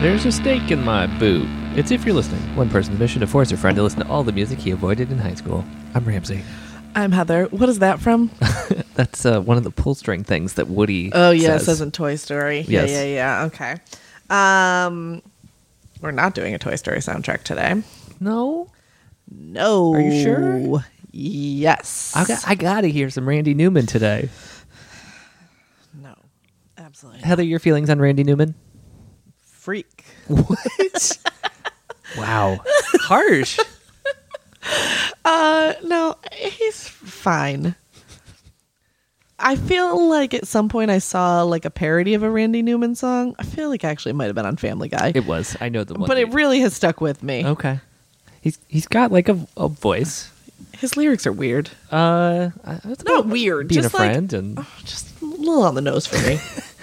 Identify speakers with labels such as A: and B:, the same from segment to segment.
A: There's a snake in my boot. It's if you're listening. One person's mission to force a friend to listen to all the music he avoided in high school. I'm Ramsey.
B: I'm Heather. What is that from?
A: That's uh, one of the pull string things that Woody.
B: Oh yeah, it
A: says.
B: says in Toy Story.
A: Yes.
B: Yeah, yeah, yeah. Okay. Um we're not doing a Toy Story soundtrack today.
A: No,
B: No.
A: Are you sure?
B: Yes.
A: I got, I gotta hear some Randy Newman today.
B: no. Absolutely.
A: Heather, your feelings on Randy Newman?
B: Freak.
A: What? wow, harsh.
B: Uh no, he's fine. I feel like at some point I saw like a parody of a Randy Newman song. I feel like I actually might have been on Family Guy.
A: It Oh. was. I know the one.
B: but it
A: you-
B: really has stuck with me.
A: okay. He's he's got like a, a voice.
B: His lyrics are weird.
A: Uh, I- it's
B: Not
A: about
B: weird,
A: Being
B: just
A: a
B: like-
A: friend, and
B: Just a little on the nose for me.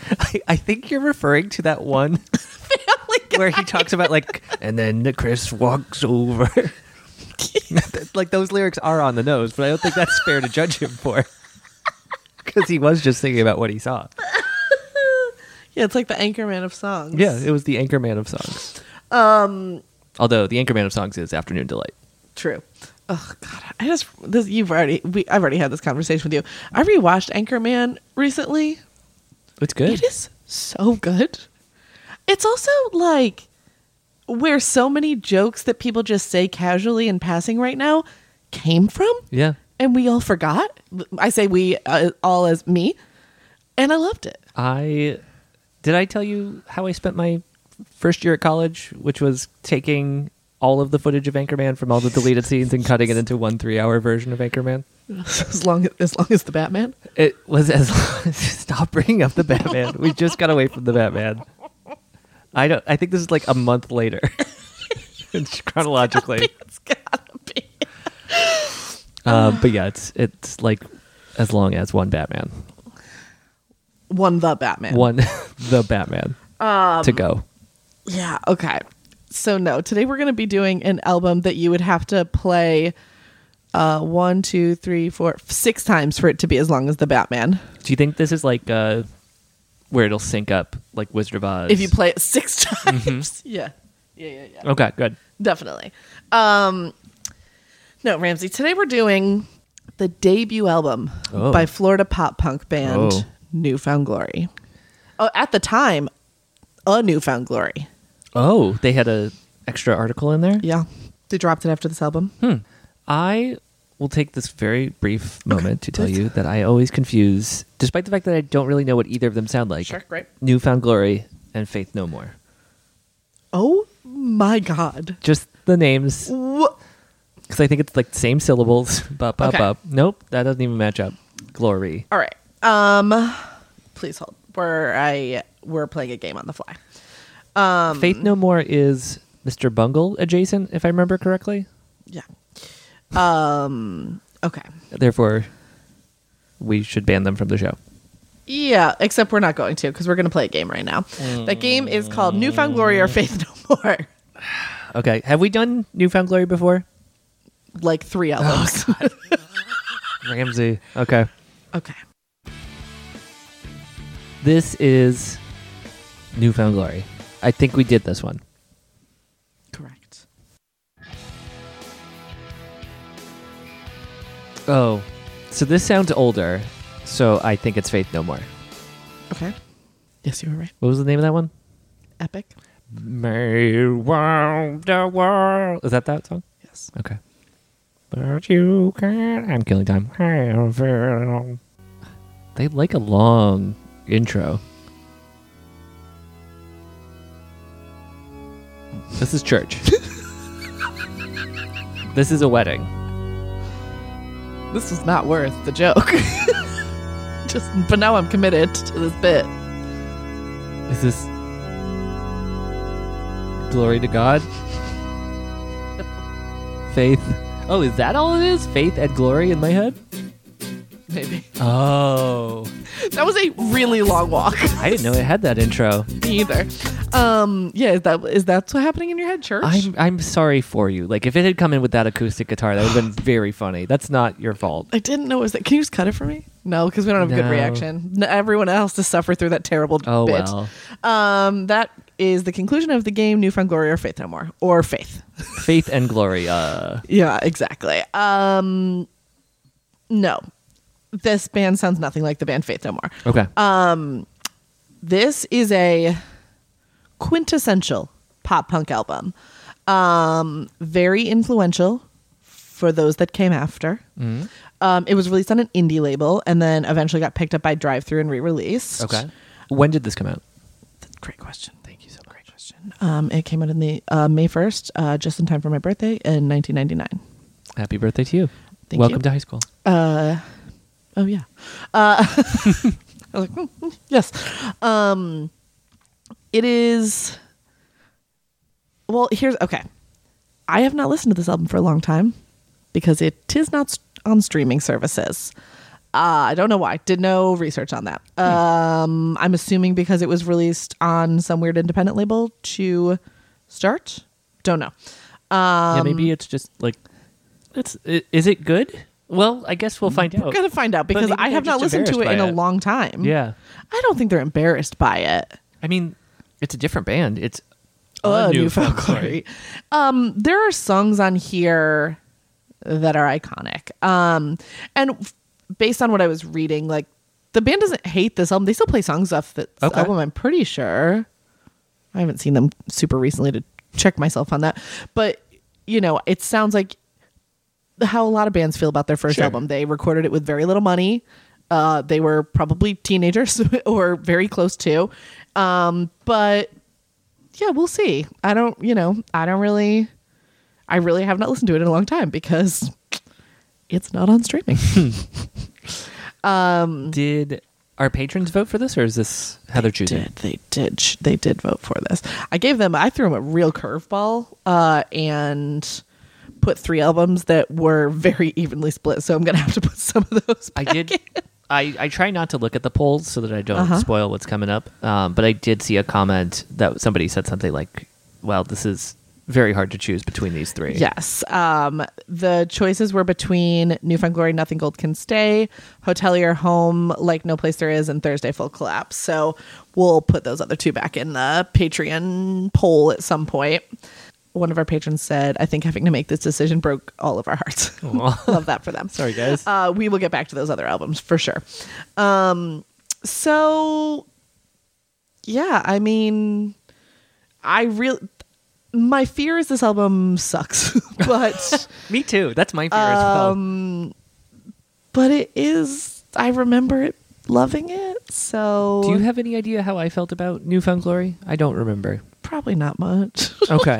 A: I, I think you're referring to that one where he talks about like, and then the Chris walks over. like those lyrics are on the nose, but I don't think that's fair to judge him for because he was just thinking about what he saw.
B: Yeah, it's like the Anchorman of songs.
A: Yeah, it was the Anchorman of songs. Um, although the Anchorman of songs is Afternoon Delight.
B: true. Oh God, I just this you've already we I've already had this conversation with you. I rewatched Anchorman recently.
A: It's good.
B: It is so good. It's also like where so many jokes that people just say casually in passing right now came from,
A: Yeah,
B: and we all forgot. I say we uh, all as me, and I loved it.
A: I did. I tell you how I spent my first year at college, which was taking all of the footage of Anchorman from all the deleted scenes and cutting it into one three-hour version of Anchorman.
B: as long as long as the Batman.
A: It was as stop bringing up the Batman. We just got away from the Batman. I don't. I think this is like a month later. It's chronologically,
B: It's gotta be.
A: um, but yeah, it's it's like as long as one Batman,
B: One the Batman.
A: one the Batman
B: Um,
A: to go.
B: Yeah, okay. So no, today we're gonna be doing an album that you would have to play uh one, two, three, four, f- six times for it to be as long as the Batman.
A: Do you think this is like uh, where it'll sync up, like Wizard of Oz?
B: If you play it six times.
A: Mm-hmm.
B: Yeah. Yeah, yeah, yeah.
A: Okay, good.
B: Definitely. Um No, Ramsey, today we're doing the debut album
A: Oh.
B: by Florida pop punk band
A: Oh.
B: Newfound Glory. Oh, at the time, a Newfound Glory.
A: Oh, they had a extra article in there.
B: Yeah. They dropped it after this album.
A: Hmm. I will take this very brief moment to tell you that I always confuse, despite the fact that I don't really know what either of them sound like.
B: Sure, great.
A: Newfound Glory and Faith No More.
B: Oh my god.
A: Just the names,
B: Wha-
A: because I think it's like the same syllables. Bop, bop,
B: Okay.
A: bop. Nope, that doesn't even match up. Glory.
B: All right. Um please hold. We're I we're playing a game on the fly. Um.
A: Faith No More is Mr. Bungle adjacent, if I remember correctly.
B: Yeah. Um okay.
A: Therefore, we should ban them from the show.
B: Yeah, except we're not going to because we're going to play a game right now. That game is called Newfound Glory or Faith No More.
A: Okay, have we done Newfound Glory before?
B: Like three albums.
A: Ramsey. Okay.
B: okay.
A: This is Newfound Glory. I think we did this one.
B: Correct.
A: Oh. So this sounds older, so I think it's Faith No More.
B: Okay. Yes, you were right.
A: What was the name of that one?
B: Epic.
A: May world the world. Is that that song?
B: Yes.
A: Okay. But you can. I'm killing time. Have it. They like a long intro. This is church. this is a wedding.
B: This is not worth the joke. Just, but now I'm committed to this bit.
A: Is this glory to God? Faith. Oh, is that all it is? Faith and glory in my head?
B: Maybe.
A: Oh.
B: That was a really long walk.
A: I didn't know it had that intro.
B: Me either. Um, yeah, is that is that what's happening in your head, church?
A: I'm I'm sorry for you. Like if it had come in with that acoustic guitar, that would have been very funny. That's not your fault.
B: I didn't know it was that. Can you just cut it for me? No, because we don't have a
A: No.
B: good reaction. N- Everyone else to suffer through that terrible
A: Oh
B: bit.
A: well.
B: Um, that is the conclusion of the game Newfound Glory or Faith No More or Faith.
A: Faith and glory. Uh,
B: Yeah, exactly. Um no. This band sounds nothing like the band Faith No More.
A: okay.
B: This is a quintessential pop punk album. Um very influential for those that came after. Um, it was released on an indie label and then eventually got picked up by Drive Through and re-released.
A: okay. When did this come out?
B: Great question. Thank you so much. Great question. Um, it came out in the uh, May first, uh, just in time for my birthday in 1999.
A: Happy birthday to you.
B: Thank
A: Welcome
B: you.
A: to high school.
B: Oh yeah. Uh, I was like, "Mm, mm, yes. Um, it is. Well, here's okay. I have not listened to this album for a long time because it is not s- on streaming services. Uh, I don't know why. Did no research on that.
A: Hmm.
B: Um, I'm assuming because it was released on some weird independent label to start. Don't know.
A: yeah, maybe it's just like Um, it's i- is it good? Well, I guess we'll find out.
B: I'm gonna find out because
A: Oh, maybe
B: I
A: they're
B: have not
A: just
B: listened to it
A: embarrassed
B: in
A: by
B: a
A: it.
B: long time.
A: Yeah.
B: I don't think they're embarrassed by it.
A: I mean, it's a different band. It's
B: uh,
A: Oh, a
B: new
A: Newfound
B: folk glory. Um, there are songs on here that are iconic. Um, and f- based on what I was reading, like the band doesn't hate this album. They still play songs off the
A: Okay.
B: album. I'm pretty sure. I haven't seen them super recently to check myself on that, but you know, it sounds like how a lot of bands feel about their first
A: Sure.
B: album. They recorded it with very little money. Uh, they were probably teenagers or very close to. Um, but yeah, we'll see. I don't, you know, I don't really, I really have not listened to it in a long time because it's not on streaming.
A: Did our patrons vote for this, or is this how they're choosing?
B: did they did sh- they did vote for this? I gave them, I threw them a real curveball uh, and put three albums that were very evenly split. So I'm gonna have to put some of those.
A: I did. I, I try not to look at the polls so that I don't spoil what's coming up. Um, but I did see a comment that somebody said something like, "Well, this is very hard to choose between these three.
B: Yes. Um, the choices were between Newfound Glory, Nothing Gold Can Stay, Hotelier Home, Like No Place There Is, and Thursday Full Collapse. So we'll put those other two back in the Patreon poll at some point. One of our patrons said, I think having to make this decision broke all of our hearts. Love that for them.
A: Sorry, guys.
B: Uh, we will get back to those other albums for sure. Um, so, yeah, I mean, I really. My fear is this album sucks, but
A: Me too. That's my fear as well.
B: but it is. I remember it loving it, so
A: Do you have any idea how I felt about Newfound Glory? I don't remember.
B: probably not much. uh,
A: Okay.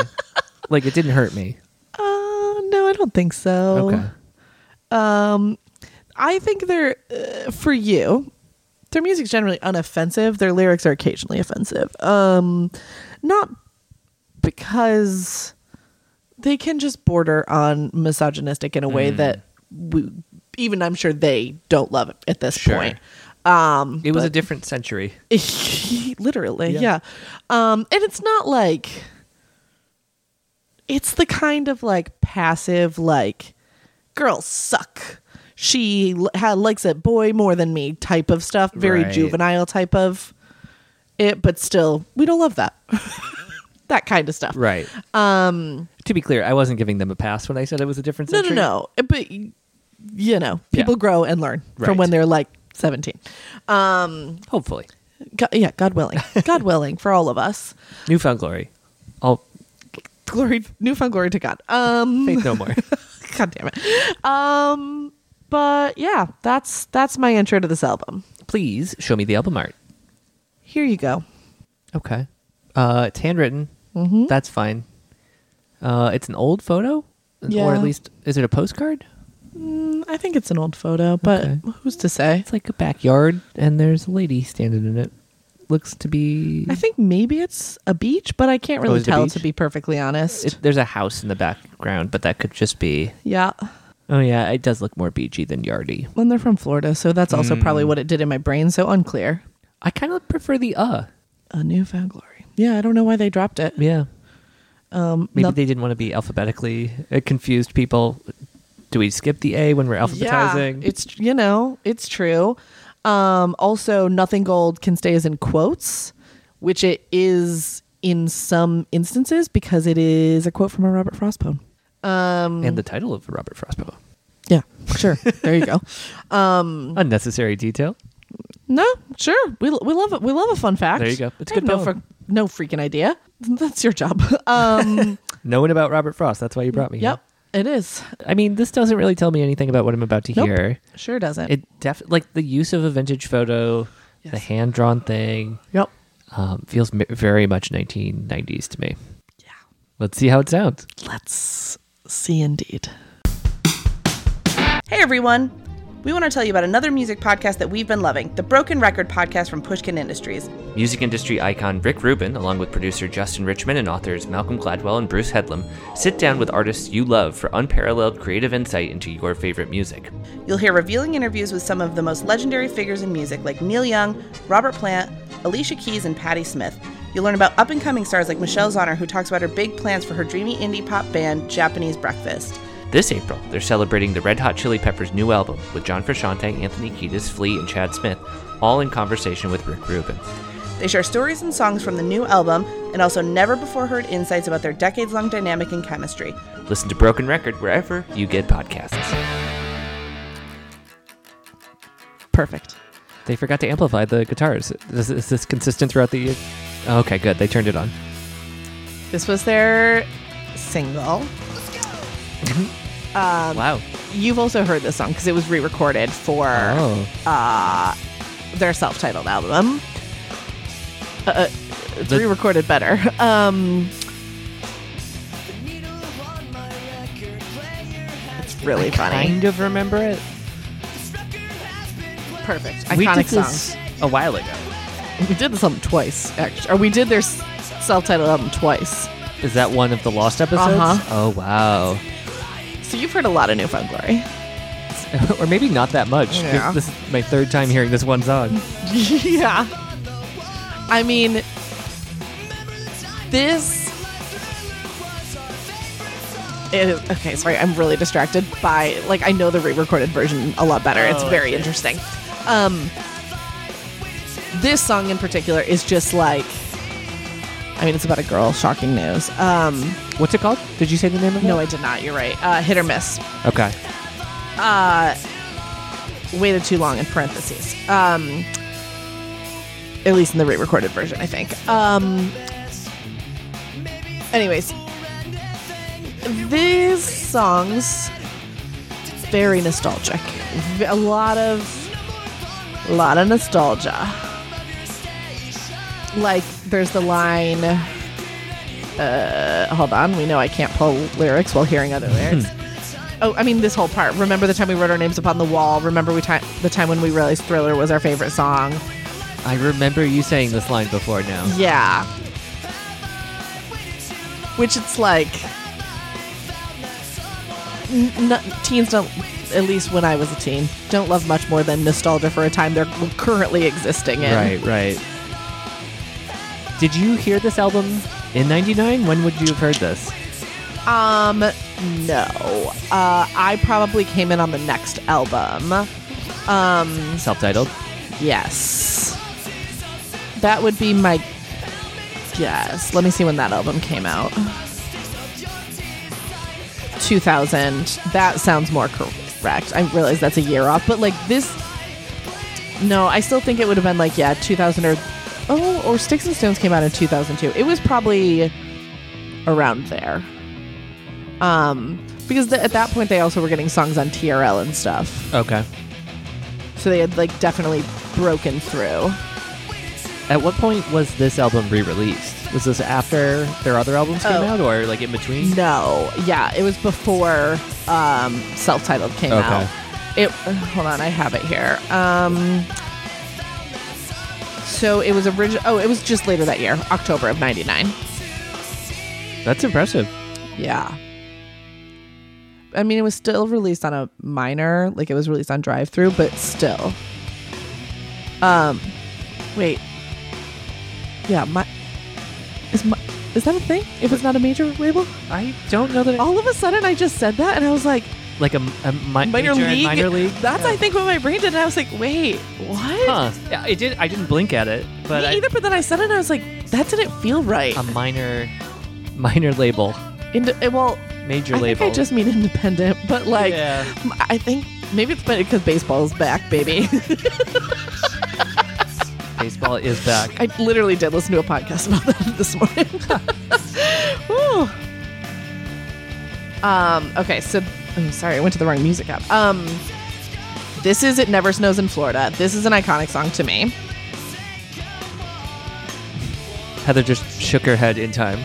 A: like it didn't hurt me.
B: no, I don't think so.
A: Okay.
B: Um, I think they're uh, for you. Their music's generally unoffensive. Their lyrics are occasionally offensive. Um, not because they can just border on misogynistic in a way that we, even I'm sure they don't love it at this
A: Sure.
B: point. Um,
A: It was a different century.
B: Literally, yeah.
A: Yeah.
B: Um, and it's not like it's the kind of like passive like girls suck. She l- ha- likes a boy more than me type of stuff. Very
A: Right.
B: juvenile type of it, but still, we don't love that. that kind of stuff.
A: Right. Um to be clear, I wasn't giving them a pass when I said it was a different
B: No,
A: century.
B: no, no. But you know,
A: Yeah.
B: people grow and learn from
A: Right.
B: when they're like seventeen.
A: Hopefully.
B: God, yeah, God willing, God willing for all of us.
A: Newfound Glory. All
B: Glory, newfound glory to God. Um,
A: faith no more.
B: God damn it. Um, but yeah, that's that's my intro to this album.
A: Please show me the album art.
B: Here you go.
A: Okay. Uh, it's handwritten.
B: Mm-hmm.
A: That's fine. Uh, it's an old photo,
B: Yeah.
A: or at least is it a postcard?
B: Mm, I think it's an old photo, but
A: Okay.
B: who's to say?
A: It's like a backyard, and there's a lady standing in it. Looks to be.
B: I think maybe it's a beach, but I can't really
A: is it a
B: tell
A: beach?
B: to be perfectly honest.
A: It, there's a house in the background, but that could just be.
B: yeah.
A: Oh yeah, it does look more beachy than yardy.
B: When they're from Florida, so that's also
A: Mm.
B: probably what it did in my brain, so unclear.
A: I kind of prefer the uh.
B: A newfound glory. Yeah, I don't know why they dropped it.
A: Yeah.
B: Um
A: Maybe
B: no-
A: they didn't want to be alphabetically uh, confused. People, do we skip the a when we're alphabetizing?
B: Yeah, it's you know, it's true. Um also nothing gold can stay as in quotes, which it is in some instances because it is a quote from a Robert Frost poem. Um,
A: and the title of the Robert Frost poem.
B: yeah, sure. There you go. Um,
A: Unnecessary detail.
B: no, sure. We, we love it. We love a fun fact.
A: There you go. It's a
B: I have
A: good
B: no,
A: poem.
B: fr- no freaking idea. That's your job. um,
A: Knowing about Robert Frost, that's why you brought me. here.
B: yep, it is.
A: I mean, this doesn't really tell me anything about what I'm about to
B: Nope.
A: hear.
B: Sure doesn't.
A: It def like the use of a vintage photo, the
B: Yes.
A: hand drawn thing,
B: yep.
A: um, feels m- very much 1990s to me. Yeah. Let's see how it sounds.
B: Let's see indeed. Hey everyone! We want to tell you about another music podcast that we've been loving, the Broken Record podcast from Pushkin Industries.
C: Music industry icon Rick Rubin, along with producer Justin Richmond and authors Malcolm Gladwell and Bruce Headlam, sit down with artists you love for unparalleled creative insight into your favorite music.
B: You'll hear revealing interviews with some of the most legendary figures in music like Neil Young, Robert Plant, Alicia Keys, and Patti Smith. You'll learn about up and coming stars like Michelle Zauner, who talks about her big plans for her dreamy indie pop band, Japanese Breakfast.
C: This April, they're celebrating the Red Hot Chili Peppers' new album with John Frusciante, Anthony Kiedis, Flea, and Chad Smith, all in conversation with Rick Rubin.
B: They share stories and songs from the new album and also never before heard insights about their decades long dynamic and chemistry.
C: Listen to Broken Record wherever you get podcasts.
B: Perfect.
A: They forgot to amplify the guitars. Is, is this consistent throughout the year? Okay, good. They turned it on.
B: This was their single. Um,
A: wow.
B: You've also heard this song because it was re recorded for
A: Oh.
B: their self titled album. Uh, it's re recorded better. Um, it's really funny.
A: Kind of remember it.
B: Perfect.
A: we
B: Iconic
A: did
B: song.
A: this a while ago.
B: We did this album twice, actually. Or we did their self titled album twice.
A: Is that one of the lost episodes?
B: Uh-huh.
A: Oh wow.
B: So you've heard a lot of New Found Glory.
A: or maybe not that much.
B: Yeah.
A: This, this is my third time hearing this one song.
B: yeah. I mean, this. It is, okay, sorry, I'm really distracted by like I know the re-recorded version a lot better. It's very interesting. Um, this song in particular is just like, I mean, it's about a girl. Shocking news. Um,
A: What's it called? Did you say the name of
B: no,
A: it?
B: I did not. You're right. Uh, hit or miss.
A: No. Okay.
B: waited too long in parentheses. Um, at least in the re-recorded version, I think. Um, anyways, these songs very nostalgic. V- A lot of, a lot of nostalgia. Like there's the line. Uh, hold on, we know I can't pull lyrics while hearing other lyrics. Oh, I mean this whole part. Remember the time we wrote our names upon the wall. Remember we ti- the time when we realized Thriller was our favorite song.
A: I remember you saying this line before now.
B: Yeah. Which it's like n- n- teens don't at least when I was a teen, don't love much more than nostalgia for a time they're currently existing in.
A: Right, right. Did you hear this album in 99? When would you have heard this?
B: Um, no. Uh, I probably came in on the next album.
A: Self-titled.
B: Yes. That would be my guess. Let me see when that album came out. 2000. That sounds more correct. I realize that's a year off, but like this. No, I still think it would have been like, yeah, 2000 or. Oh, or Sticks and Stones came out in 2002. It was probably around there. Um, because th- at that point, they also were getting songs on TRL and stuff.
A: Okay.
B: So they had like definitely broken through.
A: At what point was this album re-released? Was this after their other albums came
B: Oh.
A: out or like in between?
B: No, yeah, it was before um, self-titled came
A: Okay.
B: out. It hold on, I have it here. Um, so it was original. Oh, it was just later that year, October of '99.
A: That's impressive.
B: Yeah. I mean, it was still released on a minor, like it was released on drive through, but still. Um, wait. Yeah, my is my is that a thing? If it's not a major label,
A: I don't know that it,
B: all of a sudden I just said that, and I was like,
A: like a, a mi-
B: minor
A: major and
B: league.
A: minor league.
B: That's
A: Yeah.
B: I think what my brain did. And I was like, wait, what?
A: Huh. Yeah, I did I didn't blink at it, but I,
B: Me
A: Um,
B: either. But then I said it, and I was like, that didn't feel right.
A: a minor, minor label,
B: Inde- eh, well,
A: major
B: I
A: label.
B: think I just mean independent, but like,
A: Yeah.
B: m- I think maybe it's because baseball's back, baby.
A: Baseball is back.
B: I literally did listen to a podcast about that this morning. Woo. Um, okay, so oh, sorry, I went to the wrong music app. Um, this is It Never Snows in Florida. This is an iconic song to me.
A: Heather just shook her head in time.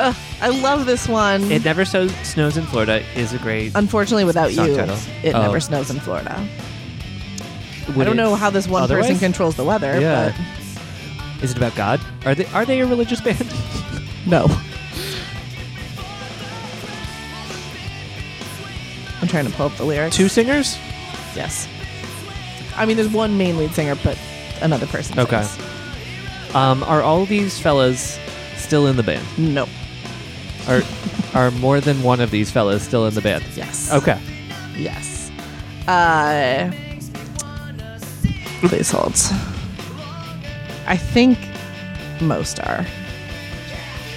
B: Ugh, I love this one.
A: It never so snows in Florida is a great.
B: Unfortunately, without
A: Song
B: you,
A: title.
B: it
A: Oh.
B: never snows in Florida. I
A: would
B: don't
A: it-
B: know how this one person
A: otherwise?
B: controls the weather,
A: Yeah. Is it about God? Are they are they a religious band?
B: but no. I'm trying to pull up the lyrics.
A: Two singers?
B: Yes. I mean, there's one main lead singer, but another person.
A: Okay.
B: Sings.
A: Um, are all these fellas still in the band?
B: No.
A: Are are more than one of these fellas still in the band?
B: Yes.
A: Okay.
B: Yes. Uh, please hold. I think most are.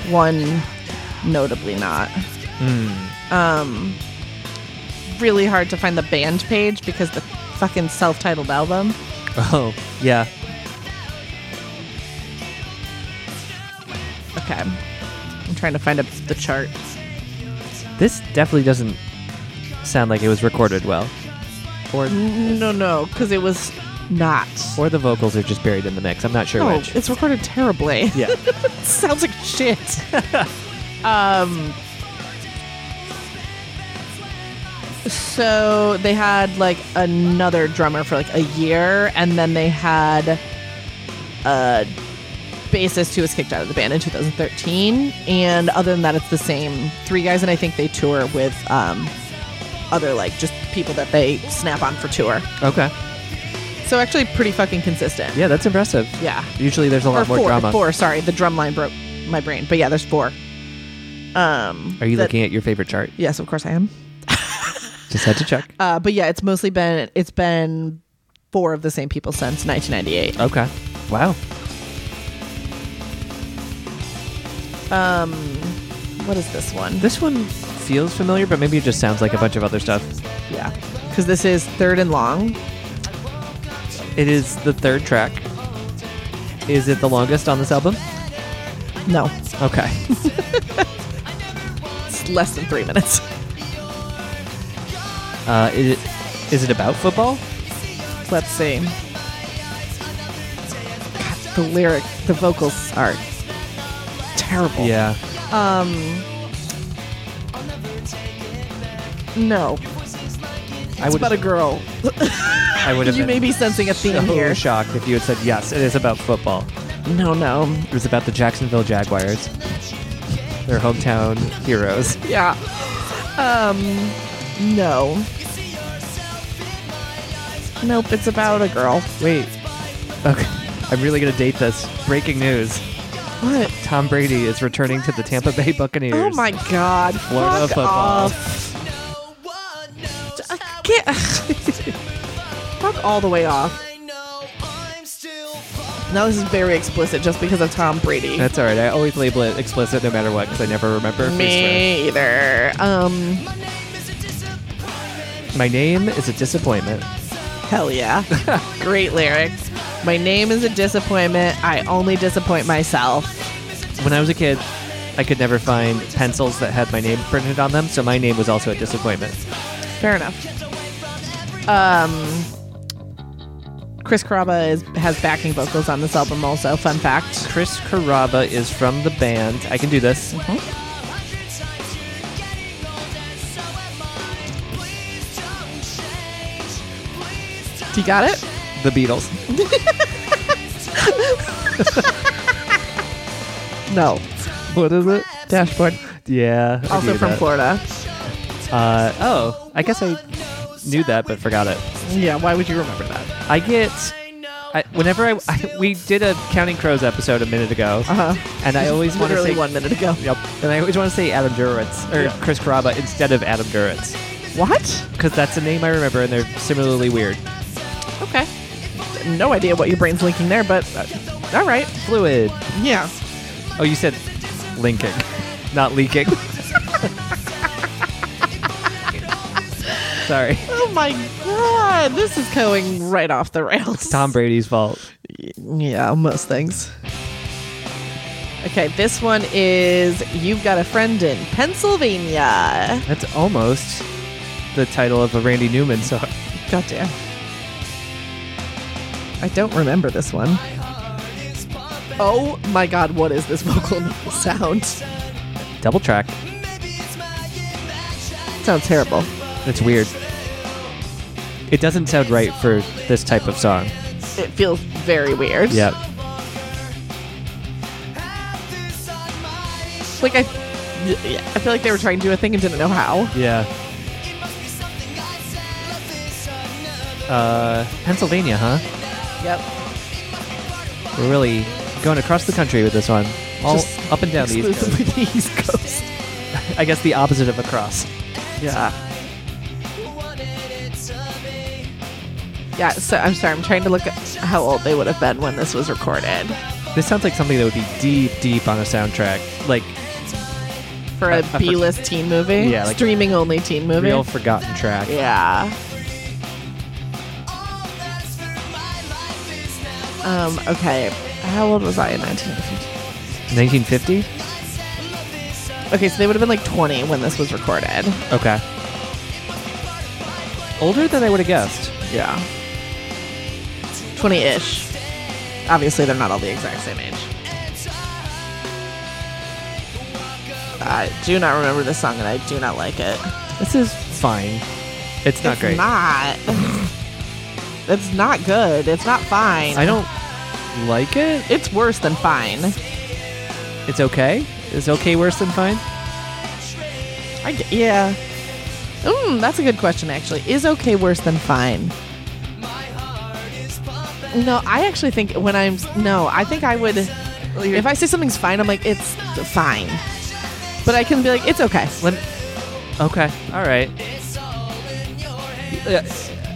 B: One, notably not. Um, really hard to find the band page because the fucking self-titled album.
A: Oh yeah.
B: Okay. I'm trying to find a, the chart.
A: This definitely doesn't sound like it was recorded well, or
B: No, no, because it was not.
A: or the vocals are just buried in the mix. I'm not sure
B: No,
A: which.
B: it's recorded terribly.
A: Yeah.
B: sounds like shit. um, so they had like another drummer for like a year, and then they had a bassist who was kicked out of the band in 2013. And other than that, it's the same three guys, and I think they tour with um, other like just people that they snap on for tour.
A: Okay.
B: So actually, pretty fucking consistent.
A: Yeah, that's impressive.
B: Yeah
A: Usually there's a lot
B: or
A: more
B: four,
A: drama.
B: Four, sorry, the drum line broke my brain, but yeah, there's four. Um,
A: Are you
B: that-
A: looking at your favorite chart?
B: Yes, of course I am.
A: Just had to check.
B: Uh, but yeah, it's mostly been it's been four of the same people since 1998.
A: Okay. Wow.
B: What is this one?
A: This one feels familiar, but maybe it just sounds like a bunch of other stuff.
B: yeah, because this is third and long.
A: It is the third track. Is it the longest on this album?
B: No,
A: Okay.
B: it's less than three minutes.
A: Uh, is it is it about football?
B: Let's see. God, the lyric, the vocals are terrible.
A: Yeah.
B: No,
A: I
B: it's
A: would
B: about a girl.
A: I would have
B: You
A: been
B: may be sensing a theme
A: so
B: here.
A: shocked if you had said yes, it is about football.
B: No, no.
A: It was about the Jacksonville Jaguars. Their hometown heroes.
B: Yeah. Um, no. Nope, it's about a girl.
A: Wait. Okay. I'm really gonna date this. Breaking news.
B: What?
A: Tom Brady is returning to the Tampa Bay Buccaneers.
B: Oh my god.
A: Florida
B: Fuck
A: football.
B: off. I can't. Fuck all the way off. Now this is very explicit just because of Tom Brady.
A: That's all right. I always label it explicit no matter what because I never remember. if we
B: Me either. Um,
A: swear. My name is a disappointment.
B: hell yeah. Great lyrics. My name is a disappointment. I only disappoint myself.
A: When I was a kid, I could never find pencils that had my name printed on them, so my name was also a disappointment.
B: Fair enough. Um, Chris Caraba is, has backing vocals on this album. Also, fun fact.
A: Chris Caraba is from the band. I can do this.
B: Mm-hmm. You got it.
A: The Beatles.
B: No,
A: What is it?
B: dashboard.
A: Yeah. I
B: Also
A: knew
B: from
A: that.
B: Florida.
A: Uh, oh, I guess I knew that but forgot it.
B: Yeah. Why would you remember that?
A: I get. I, whenever I, I- we did a Counting Crows episode a minute ago,
B: Uh huh.
A: and I always want to
B: Literally
A: say
B: one minute ago.
A: Yep. And I always want to say Adam Duritz or Chris Caraba instead of Adam Duritz
B: What?
A: because that's a name I remember and they're similarly weird.
B: Okay. No idea what your brain's linking there, but uh, All right.
A: Fluid.
B: Yeah.
A: Oh, you said linking, not leaking. Sorry.
B: Oh my god, this is going right off the rails.
A: Tom Brady's fault.
B: Yeah, most things. Okay, this one is You've Got a Friend in Pennsylvania.
A: That's almost the title of a Randy Newman song.
B: Gotcha. I don't remember this one. Oh my god, what is this vocal sound?
A: Double track.
B: Sounds terrible.
A: That's weird. It doesn't sound right for this type of song.
B: It feels very weird.
A: Yep.
B: Like I I feel like they were trying to do a thing and didn't know how.
A: Yeah. Uh, Pennsylvania, huh?
B: Yep.
A: We're really going across the country with this one. All
B: Just
A: up and down the East Coast.
B: Exclusively the East Coast.
A: I guess the opposite of across.
B: Yeah. Yeah, so I'm sorry, I'm trying to look at how old they would have been when this was recorded.
A: This sounds like something that would be deep, deep on a soundtrack. Like
B: For
A: I- I
B: a
A: for-
B: B list teen movie?
A: Yeah, like-
B: Streaming only teen movie?
A: real forgotten track.
B: yeah. Um, okay. How old was I in 1950?
A: 1950?
B: Okay, so they would have been like 20 when this was recorded.
A: Okay. Older than I would have guessed.
B: Yeah. 20 ish. Obviously, they're not all the exact same age. I do not remember this song and I do not like it.
A: This is fine. It's not
B: it's
A: great.
B: not. it's not good. It's not fine.
A: I don't like it.
B: It's worse than fine.
A: It's okay. Is okay worse than fine?
B: I g- yeah. Mm, that's a good question, actually. Is okay worse than fine? No, I actually think when I'm. No, I think I would. If I say something's fine, I'm like, it's fine. But I can be like, it's okay.
A: Let. Okay. All right. Uh,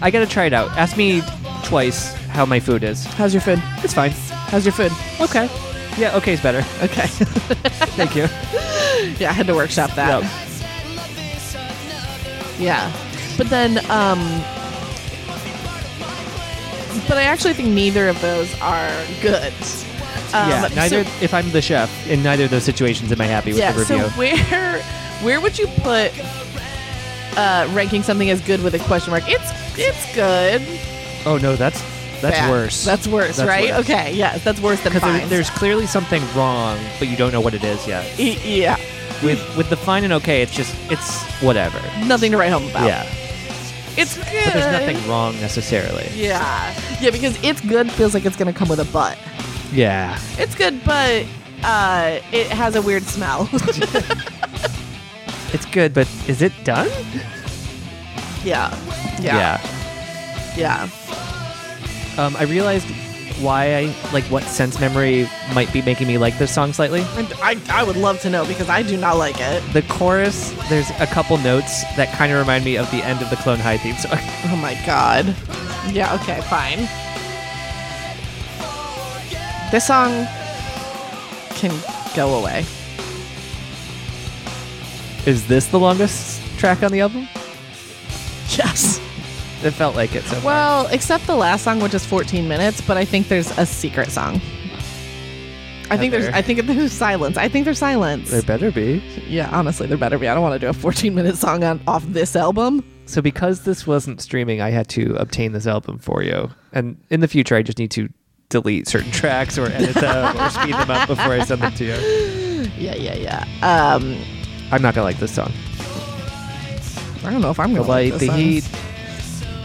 A: I gotta try it out. Ask me twice how my food is.
B: How's your food?
A: It's fine.
B: How's your food?
A: Okay. Yeah. Okay is better.
B: Okay.
A: Thank you.
B: yeah, I had to workshop that.
A: Yep.
B: Yeah. But then, um, but I actually think neither of those are good. Um,
A: yeah. Neither.
B: So,
A: if I'm the chef, in neither of those situations am I happy with
B: yeah.
A: the review.
B: So where, where would you put uh, ranking something as good with a question mark? It's it's good.
A: oh no, that's that's
B: Bad.
A: worse.
B: That's worse,
A: That's
B: right?
A: worse.
B: Okay. Yes, that's worse than
A: Because
B: fine.
A: there, there's clearly something wrong, but you don't know what it is yet.
B: E- yeah,
A: With with the fine and okay, it's just it's whatever.
B: nothing to write home about.
A: Yeah.
B: It's good.
A: But there's nothing wrong necessarily.
B: Yeah. Yeah, because it's good feels like it's gonna come with a butt.
A: Yeah.
B: It's good, but uh, it has a weird smell.
A: It's good, but is it done?
B: Yeah. Yeah. Yeah.
A: Um, I realized why I like what sense memory might be making me like this song slightly.
B: And I, I would love to know because I do not like it.
A: The chorus, there's a couple notes that kind of remind me of the end of the Clone High theme song.
B: Oh my god. Yeah, okay, fine. This song can go away.
A: Is this the longest track on the album?
B: Yes.
A: It felt like it so far.
B: Well, except the last song which is 14 minutes, but I think there's a secret song. I think there's
A: Heather.
B: I think there's silence. I think there's silence.
A: There better be.
B: yeah, honestly, there better be. I don't want to do a 14 minute song on off this album.
A: So because this wasn't streaming, I had to obtain this album for you. And in the future, I just need to delete certain tracks or edit them or speed them up before I send them to you.
B: Yeah, yeah, yeah. Um
A: I'm not gonna like this song.
B: I don't know if I'm
A: The
B: gonna
A: light,
B: like this
A: the
B: song.
A: heat.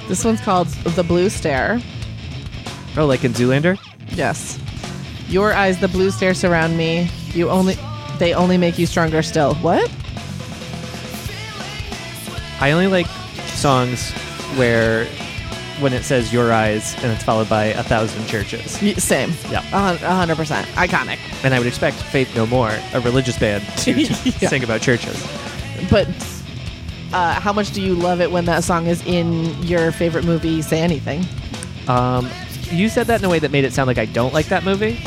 B: This one's called The Blue Stare.
A: Oh, like in Zoolander.
B: Yes. Your eyes, the blue stare surround me. You only they only make you stronger still. What?
A: I only like songs where when it says your eyes and it's followed by a thousand churches.
B: Y- Same.
A: Yeah.
B: A hun- a hundred percent. Iconic.
A: And I would expect Faith No More, a religious band, to
B: Yeah.
A: sing about churches.
B: But uh, how much do you love it when that song is in your favorite movie? Say anything.
A: Um, you said that in a way that made it sound like I don't like that movie.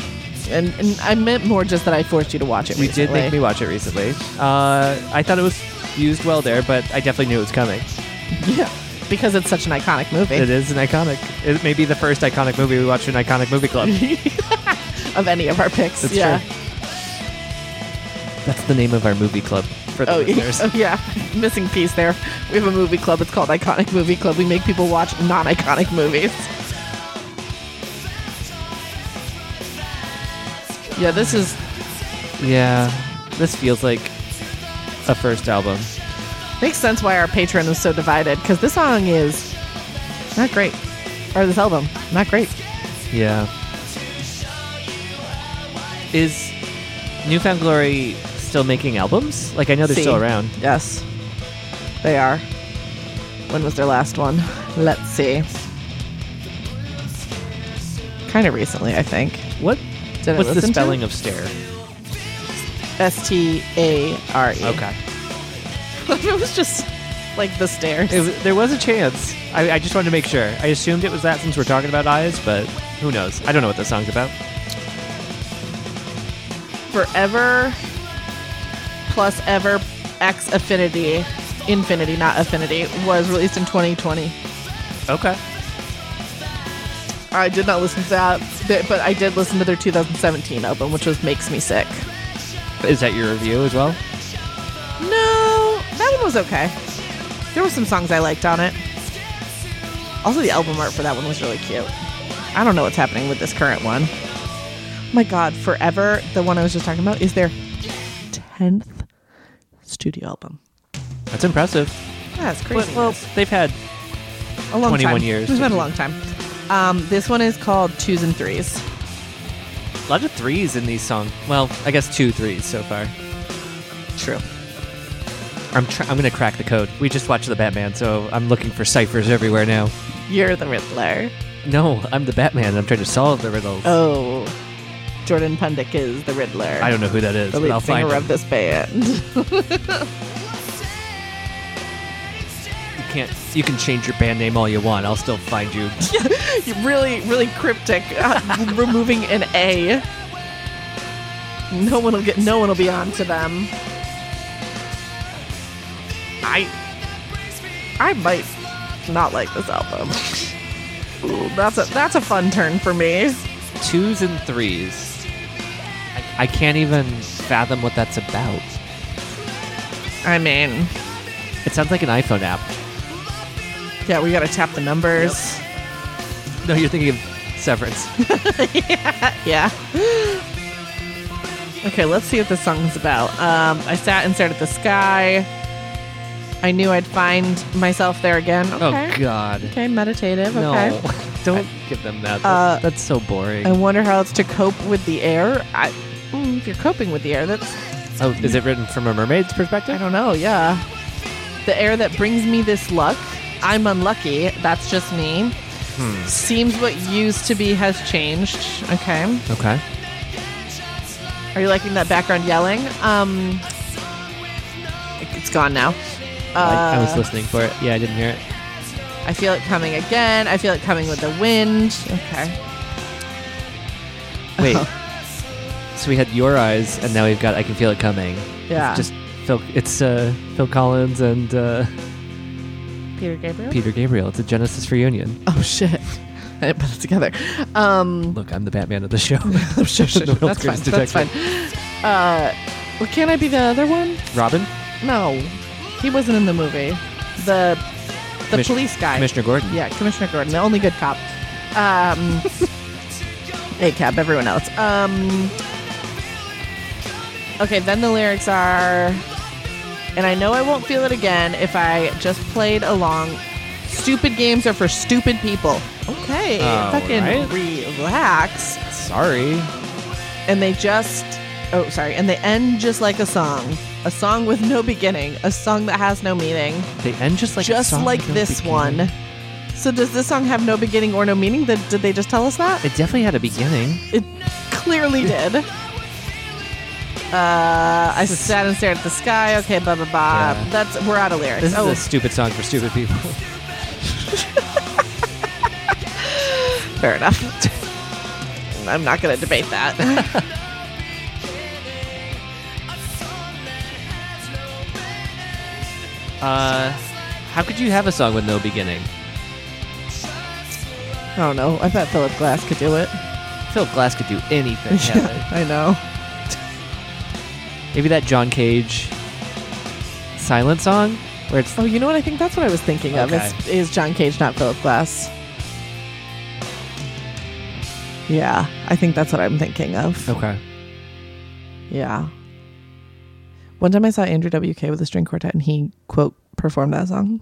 B: and, and I meant more just that I forced you to watch it.
A: You did
B: recently.
A: make me watch it recently. Uh, I thought it was used well there, but I definitely knew it was coming.
B: Yeah, because it's such an iconic movie
A: It is an iconic. It may be the first iconic movie we watched in Iconic Movie Club.
B: of any of our picks.
A: That's
B: yeah.
A: true. That's the name of our movie club for the
B: Oh, yeah.
A: listeners.
B: oh yeah, missing piece there. We have a movie club. It's called Iconic Movie Club. We make people watch non-iconic movies. Yeah, this is
A: yeah, this feels like a first album.
B: makes sense why our patron is so divided because this song is not great, or this album not great.
A: Yeah. Is Newfound Glory still making albums? Like I know they're
B: See.
A: still around.
B: Yes, they are. When was their last one? Let's see. Kind of recently, I think.
A: What?
B: Did I
A: what's the
B: listen to
A: spelling
B: it?
A: of stare?
B: S T A R E.
A: Okay.
B: it was just like the stairs.
A: It, w- there was a chance. I, I just wanted to make sure. I assumed it was that since we're talking about eyes, but who knows? I don't know what this song's about.
B: forever plus ever X affinity, infinity, not affinity, was released in 2020.
A: Okay.
B: I did not listen to that, th- but I did listen to their 2017 album, which was Makes Me Sick.
A: Is that your review as well?
B: No, that one was okay. There were some songs I liked on it. Also, the album art for that one was really cute. I don't know what's happening with this current one. my God, Forever, the one I was just talking about, is their 10th studio album.
A: That's impressive.
B: That's
A: Well,
B: crazy.
A: well, they've had
B: a long
A: 21
B: time.
A: years.
B: It's been a long time. Um, this one is called Twos and Threes.
A: a lot of threes in these songs. Well, I guess two threes so far.
B: True.
A: I'm tr- I'm gonna crack the code. We just watched the Batman, so I'm looking for ciphers everywhere now.
B: You're the Riddler.
A: No, I'm the Batman. I'm trying to solve the riddles.
B: Oh, Jordan Pundick is the Riddler.
A: I don't know who that is,
B: The
A: but I'll
B: lead
A: find
B: singer
A: him.
B: of this band.
A: You can't. You can change your band name all you want. I'll still find you.
B: really, really cryptic. Uh, removing an A. No one will get. No one will be on to them. I. I might not like this album. Ooh, that's a that's a fun turn for me.
A: Twos and threes. I, I can't even fathom what that's about.
B: I mean,
A: It sounds like an iPhone app.
B: Yeah, we gotta tap the numbers.
A: No, you're thinking of Severance.
B: Yeah. Okay, let's see what this song is about. Um, I sat and stared at the sky. I knew I'd find myself there again. Okay.
A: Oh God.
B: Okay, meditative.
A: No,
B: Okay.
A: don't give them that.
B: Uh,
A: that's so boring.
B: I wonder how it's to cope with the air. I, mm, if you're coping with the air, that's
A: oh, is it written from a mermaid's perspective?
B: I don't know. Yeah, the air that brings me this luck. I'm unlucky. That's just me. Hmm. Seems what used to be has changed. Okay.
A: Okay.
B: Are you liking that background yelling? Um, it's gone now.
A: I, I was
B: Uh,
A: listening for it. Yeah, I didn't hear it.
B: I feel it coming again. I feel it coming with the wind. Okay.
A: Wait. so we had your eyes, and now we've got I can feel it coming.
B: Yeah.
A: It's just Phil. It's uh, Phil Collins and uh,
B: Peter Gabriel.
A: Peter Gabriel. It's a Genesis reunion.
B: oh shit! I didn't put it together. Um,
A: Look, I'm the Batman of the show.
B: sure, sure,
A: The
B: sure.
A: world's
B: That's fine.
A: greatest
B: That's fine. Uh, well, can I be the other one?
A: Robin,
B: No, he wasn't in the movie. The the
A: Commis-
B: police guy.
A: Commissioner Gordon.
B: Yeah, Commissioner Gordon, the only good cop. Um, A cab, everyone else. Um, okay, then the lyrics are, and I know I won't feel it again if I just played along. Stupid games are for stupid people. Okay,
A: All
B: fucking
A: right.
B: relax.
A: Sorry.
B: And they just, oh, sorry, and they end just like a song. A song with no beginning, a song that has no meaning
A: They end just like a
B: just
A: song
B: like
A: at the
B: this
A: beginning.
B: one. So does this song have no beginning or no meaning? Did, did they just tell us that?
A: It definitely had a beginning.
B: It clearly did. Uh, I sat and stared at the sky. Okay, blah blah blah.
A: Yeah.
B: That's we're out of lyrics.
A: This
B: oh,
A: is a stupid song for stupid people.
B: fair enough. I'm not going to debate that.
A: Uh, how could you have a song with no beginning?
B: I don't know. I thought Philip Glass could do it.
A: Philip Glass could do anything. Heather.
B: I know.
A: Maybe that John Cage silent song where it's
B: Oh, you know what? I think that's what I was thinking of. Is,
A: Okay.
B: is John Cage not Philip Glass? Yeah, I think that's what I'm thinking of.
A: okay.
B: Yeah. One time I saw Andrew WK with a string quartet, and he quote performed that song.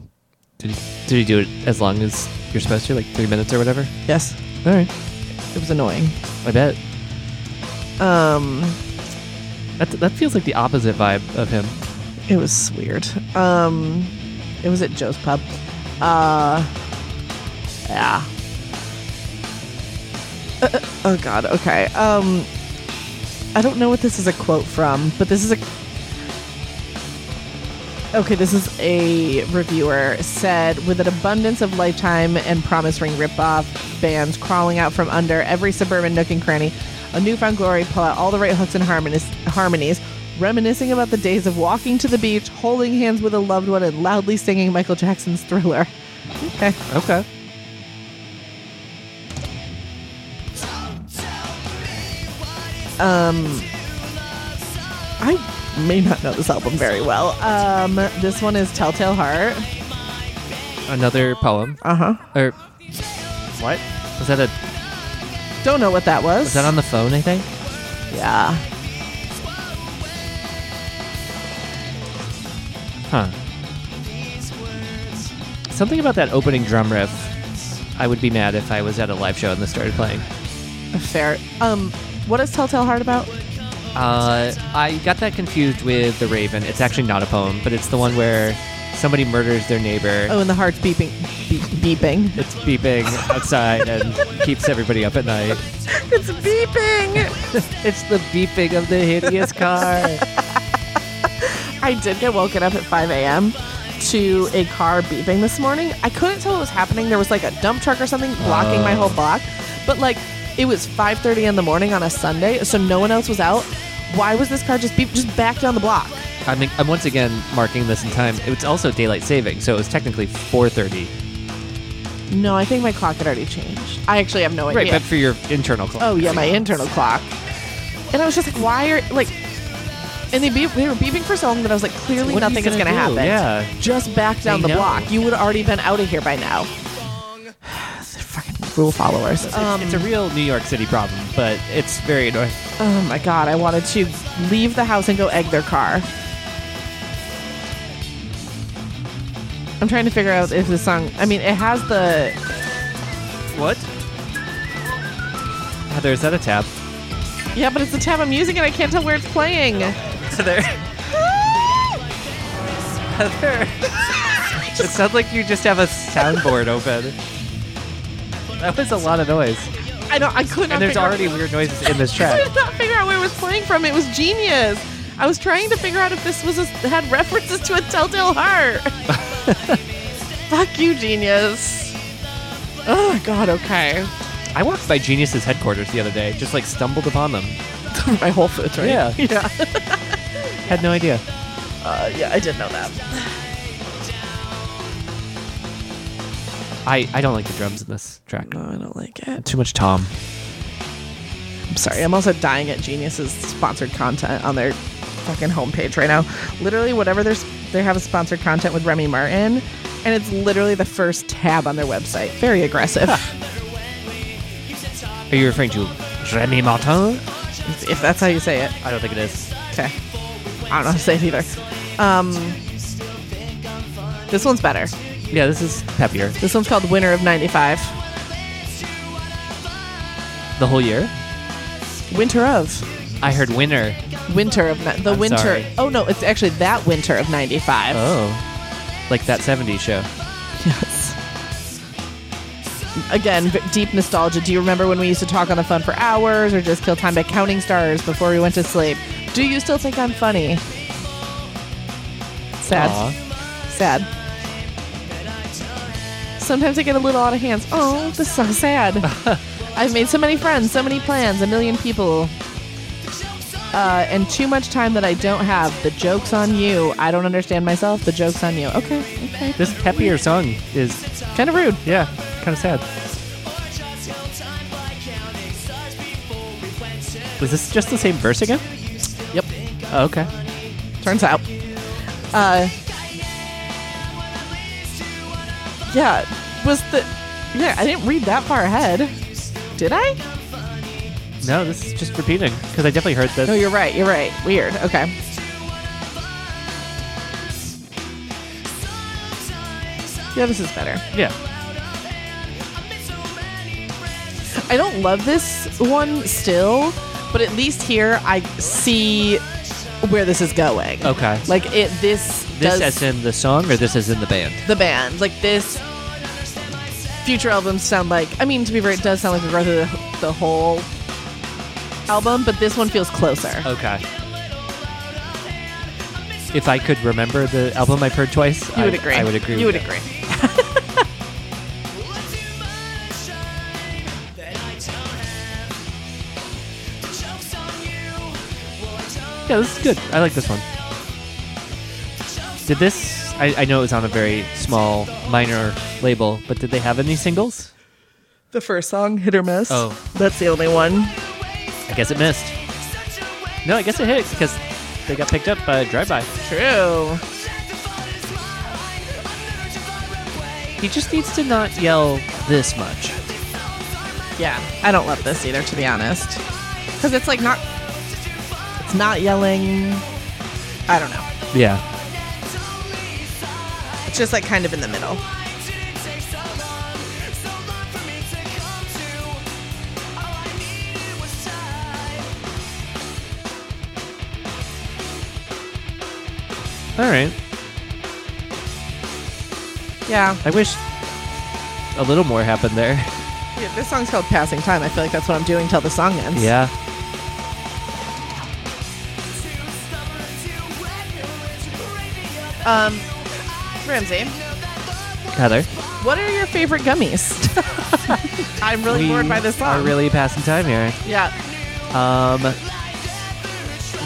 A: Did he, did he do it as long as you're supposed to, like three minutes or whatever?
B: Yes,
A: All right,
B: it was annoying.
A: I bet
B: Um,
A: that that feels like the opposite vibe of him.
B: it was weird. Um, it was at Joe's Pub. Uh, yeah. Uh, uh, oh God. Okay. Um, I don't know what this is a quote from, but this is a. Okay, this is a reviewer said with an abundance of lifetime and promise ring ripoff bands crawling out from under every suburban nook and cranny, a newfound glory pull out all the right hooks and harmonies, harmonies, reminiscing about the days of walking to the beach, holding hands with a loved one, and loudly singing Michael Jackson's Thriller. Okay.
A: Okay.
B: Um, I may not know this album very well. Um, this one is Telltale Heart.
A: Another poem
B: Uh huh.
A: or what? Was that a
B: Don't know what that was.
A: was that on the phone? I think.
B: Yeah.
A: Huh. Something about that opening drum riff. I would be mad if I was at a live show and this started playing.
B: Fair. Um, what is Telltale Heart about?
A: Uh, I got that confused with The Raven. It's actually not a poem, but it's the one where somebody murders their neighbor.
B: Oh, and the heart's beeping, beep, beeping.
A: It's beeping outside and keeps everybody up at night.
B: It's beeping.
A: It's the beeping of the hideous car.
B: I did get woken up at 5 a.m. to a car beeping this morning. I couldn't tell what was happening. There was like a dump truck or something blocking my whole block, but like it was 5:30 in the morning on a Sunday, so no one else was out. Why was this car just beep? Just back down the block.
A: I'm, I'm once again marking this in time. It's also daylight saving, so it was technically 4:30.
B: No, I think my clock had already changed. I actually have no idea.
A: Right, but for your internal clock.
B: Oh yeah, my internal clock. And I was just like, why are like? And they beep, they were beeping for so long that I was like, clearly
A: What are you
B: nothing is
A: gonna
B: going to happen.
A: do? Yeah.
B: Just back down
A: They
B: the
A: know.
B: block. You would have already been out of here by now. They're fucking rule followers. Um,
A: it's a real New York City problem, but it's very annoying.
B: oh my god, I wanted to leave the house and go egg their car. I'm trying to figure out if the song. I mean, it has the.
A: What? Heather, is that a tap?
B: Yeah, but it's the tab I'm using, and I can't tell where it's playing.
A: Heather. Heather. it sounds like you just have a soundboard open. That was a lot of noise.
B: I don't. I couldn't.
A: And there's
B: figure out-
A: already weird noises in this
B: I
A: track.
B: could not figure out where it was playing from. It was genius. I was trying to figure out if this was a, had references to a Telltale Heart. Fuck you, genius. Oh God. Okay.
A: I walked by Genius's headquarters the other day, just like stumbled upon them.
B: My Whole Foods, right?
A: Yeah.
B: Yeah.
A: Had no idea.
B: Uh, yeah. I did know that.
A: I, I don't like the drums in this track.
B: No, Oh, I don't like it.
A: Too much Tom.
B: I'm sorry. I'm also dying at Genius's sponsored content on their fucking homepage right now. Literally, whatever they're s- they have a sponsored content with Remy Martin, and it's literally the first tab on their website. Very aggressive.
A: Are you referring to Remy Martin?
B: if that's how you say it.
A: I don't think it is.
B: Okay. I don't know how to say it either. Um, this one's better.
A: Yeah, this is peppier.
B: This one's called Winter of 95.
A: The whole year?
B: Winter of.
A: I heard winner.
B: Winter of. Ni- the
A: I'm
B: winter.
A: sorry.
B: Oh, no, it's actually that winter of 95.
A: Oh. Like that 70s show.
B: Yes. Again, v- deep nostalgia. Do you remember when we used to talk on the phone for hours or just kill time by counting stars before we went to sleep? Do you still think I'm funny? Sad.
A: Aw.
B: Sad. Sometimes I get a little out of hands. Oh, this is so sad. I've made so many friends, so many plans, a million people. Uh, and too much time that I don't have. The joke's on you. I don't understand myself. The joke's on you. Okay, okay.
A: This happier song is,
B: Kind of rude.
A: yeah, kind of sad. Was this just the same verse again?
B: Yep.
A: Oh, okay.
B: Turns out. Uh, yeah. Was the. Yeah, I didn't read that far ahead. Did I?
A: No, this is just repeating because I definitely heard this.
B: No, you're right. You're right. Weird. Okay. Yeah, this is better.
A: yeah.
B: I don't love this one still, but at least here I see where this is going.
A: Okay.
B: Like it this
A: This
B: does
A: as in the song or this as in the band?
B: the band. Like this future albums sound like I mean to be fair it does sound like the growth of the, the whole album, but this one feels closer.
A: Okay. If I could remember the album I've heard twice,
B: You would
A: I,
B: agree.
A: I would agree.
B: You
A: with
B: would
A: that.
B: agree.
A: Yeah, this is good. I like this one. Did this? I, I know it was on a very small, minor label, but did they have any singles?
B: The first song, Hit or Miss.
A: Oh.
B: That's the only one.
A: I guess it missed. No, I guess it hit because they got picked up by Drive By.
B: True.
A: He just needs to not yell this much.
B: Yeah, I don't love this either, to be honest. Because it's like not, it's not yelling. I don't know.
A: Yeah.
B: It's just like kind of in the middle.
A: All right.
B: Yeah.
A: I wish a little more happened there.
B: yeah. This song's called Passing Time. I feel like that's what I'm doing till the song ends.
A: Yeah.
B: Um, Ramsey,
A: Heather.
B: what are your favorite gummies? I'm really
A: we
B: bored by this song.
A: Are really passing time here.
B: yeah.
A: Um,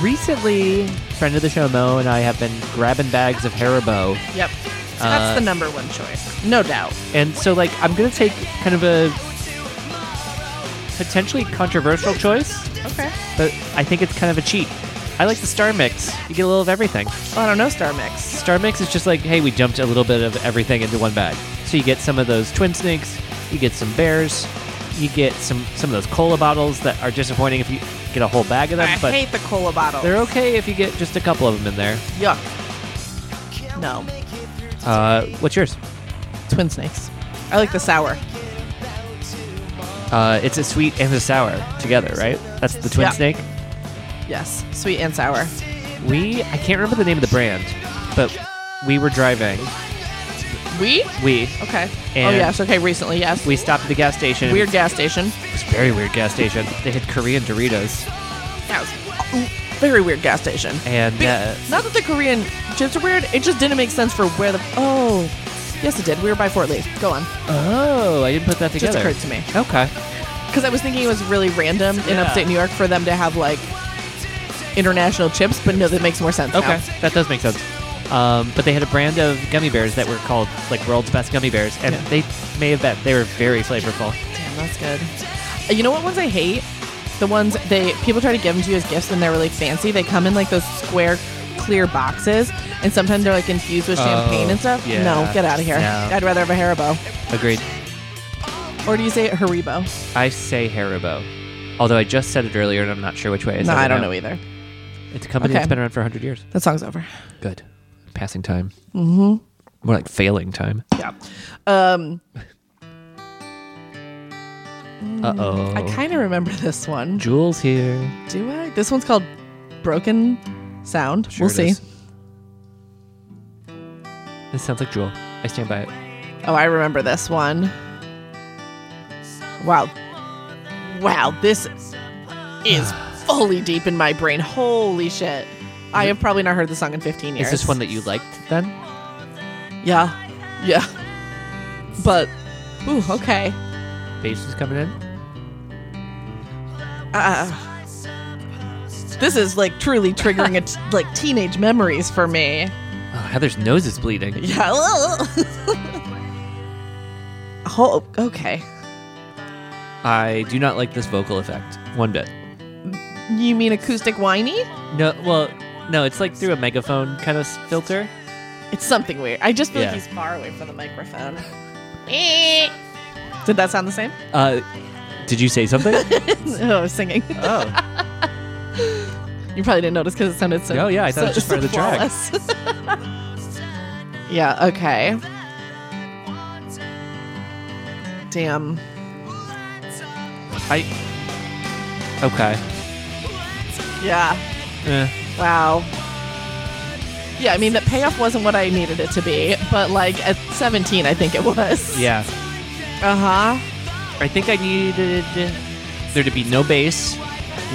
A: recently, friend of the show Mo and I have been grabbing bags of Haribo,
B: Yep.
A: Uh,
B: that's the number one choice, no doubt.
A: and so like I'm gonna take kind of a potentially controversial choice,
B: Okay.
A: but I think it's kind of a cheat. I like the Star Mix. You get a little of everything.
B: Well, Oh, I don't know Star Mix.
A: Star Mix is just like, hey, we dumped a little bit of everything into one bag. So you get some of those twin snakes, you get some bears, you get some some of those cola bottles that are disappointing if you get a whole bag of them,
B: I
A: but
B: hate the cola bottle.
A: they're okay if you get just a couple of them in there.
B: Yuck. No.
A: Uh, what's yours?
B: Twin snakes. I like the sour.
A: Uh, it's a sweet and a sour together, right? That's the twin
B: Yeah.
A: snake.
B: Yes, sweet and sour.
A: We I can't remember the name of the brand, but we were driving.
B: We?
A: We
B: Okay. oh
A: And-
B: yes. Okay. Recently, yes.
A: we stopped at the gas station.
B: Weird gas station.
A: It was a very weird gas station. They had Korean Doritos,
B: That was very weird gas station.
A: and
B: Be-
A: uh,
B: not that the Korean chips are weird. It just didn't make sense for where the. Oh, yes, it did. We were by Fort Lee. Go on.
A: oh, I didn't put that
B: It just
A: together.
B: occurred to me
A: Okay.
B: because I was thinking it was really random in
A: Yeah.
B: upstate New York for them to have like international chips, but no, that makes more sense. now.
A: Okay, that does make sense. Um, but they had a brand of gummy bears that were called like world's best gummy bears, and
B: Yeah.
A: they may have bet they were very flavorful.
B: Damn, that's good. Uh, You know what ones I hate? The ones they people try to give them to you as gifts and they're really fancy. They come in like those square clear boxes and sometimes they're like infused with champagne
A: Oh,
B: and stuff.
A: yeah.
B: No, get out of here.
A: No.
B: I'd rather have a Haribo.
A: Agreed.
B: Or do you say Haribo?
A: I say Haribo, although I just said it earlier and I'm not sure which way. I
B: no,
A: said
B: I
A: it
B: don't
A: now.
B: know either.
A: It's a company
B: Okay.
A: that's been around for 100 years.
B: That song's over.
A: Good. Passing time. Mm-hmm. More like failing time.
B: Yeah. Um,
A: Uh oh.
B: I kind of remember this one.
A: Jules here.
B: Do I? This one's called Broken Sound.
A: Sure
B: we'll
A: it
B: see.
A: is. This sounds like Jewel. I stand by it.
B: Oh, I remember this one. Wow. Wow, this is fully deep in my brain. Holy shit. I have probably not heard the song in 15 years.
A: Is this one that you liked then?
B: Yeah. Yeah. But, ooh, okay.
D: Bass is coming in.
B: Uh, this is like truly triggering a t- like teenage memories for me.
A: Oh, Heather's nose is bleeding.
B: Yeah. oh, okay.
A: I do not like this vocal effect one bit.
B: You mean acoustic whiny?
A: No, well, no, it's like through a megaphone kind of filter.
B: It's something weird. I just feel
A: Yeah.
B: like he's far away from the microphone. Eh. Did that sound the same?
A: Uh, did you say something?
B: oh, I was singing.
A: oh,
B: You probably didn't notice because it sounded so.
D: No, Oh, yeah, I thought it was just
B: so
D: part of the track.
B: flawless. yeah. Okay. Damn.
A: I. Okay.
B: Yeah.
A: Eh.
B: Wow. Yeah, I mean the payoff wasn't what I needed it to be, but like at 17, I think it was.
A: Yeah.
B: Uh huh.
A: I think I needed there to be no bass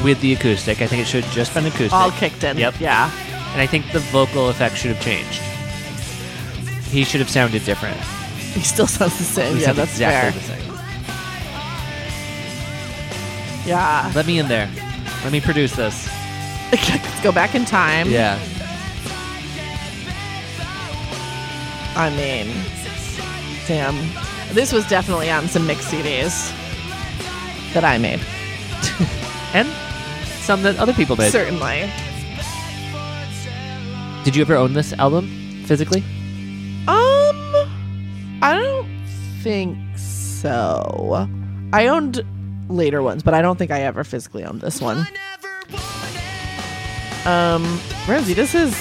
A: with the acoustic. I think it should have just been acoustic.
B: All kicked in.
A: Yep.
B: Yeah.
A: And I think the vocal effect should have changed. He should have sounded different.
B: He still sounds the same.
A: He
B: Yeah,
A: sounded
B: that's
A: exactly
B: fair.
A: the same.
B: Yeah.
A: Let me in there. Let me produce this.
B: Let's go back in time.
A: Yeah.
B: I mean, damn. This was definitely on some mix CDs that I made.
A: And some that other people made.
B: Certainly.
A: Did you ever own this album physically?
B: Um, I don't think so. I owned later ones, but I don't think I ever physically owned this one. Um, Ramsey, this is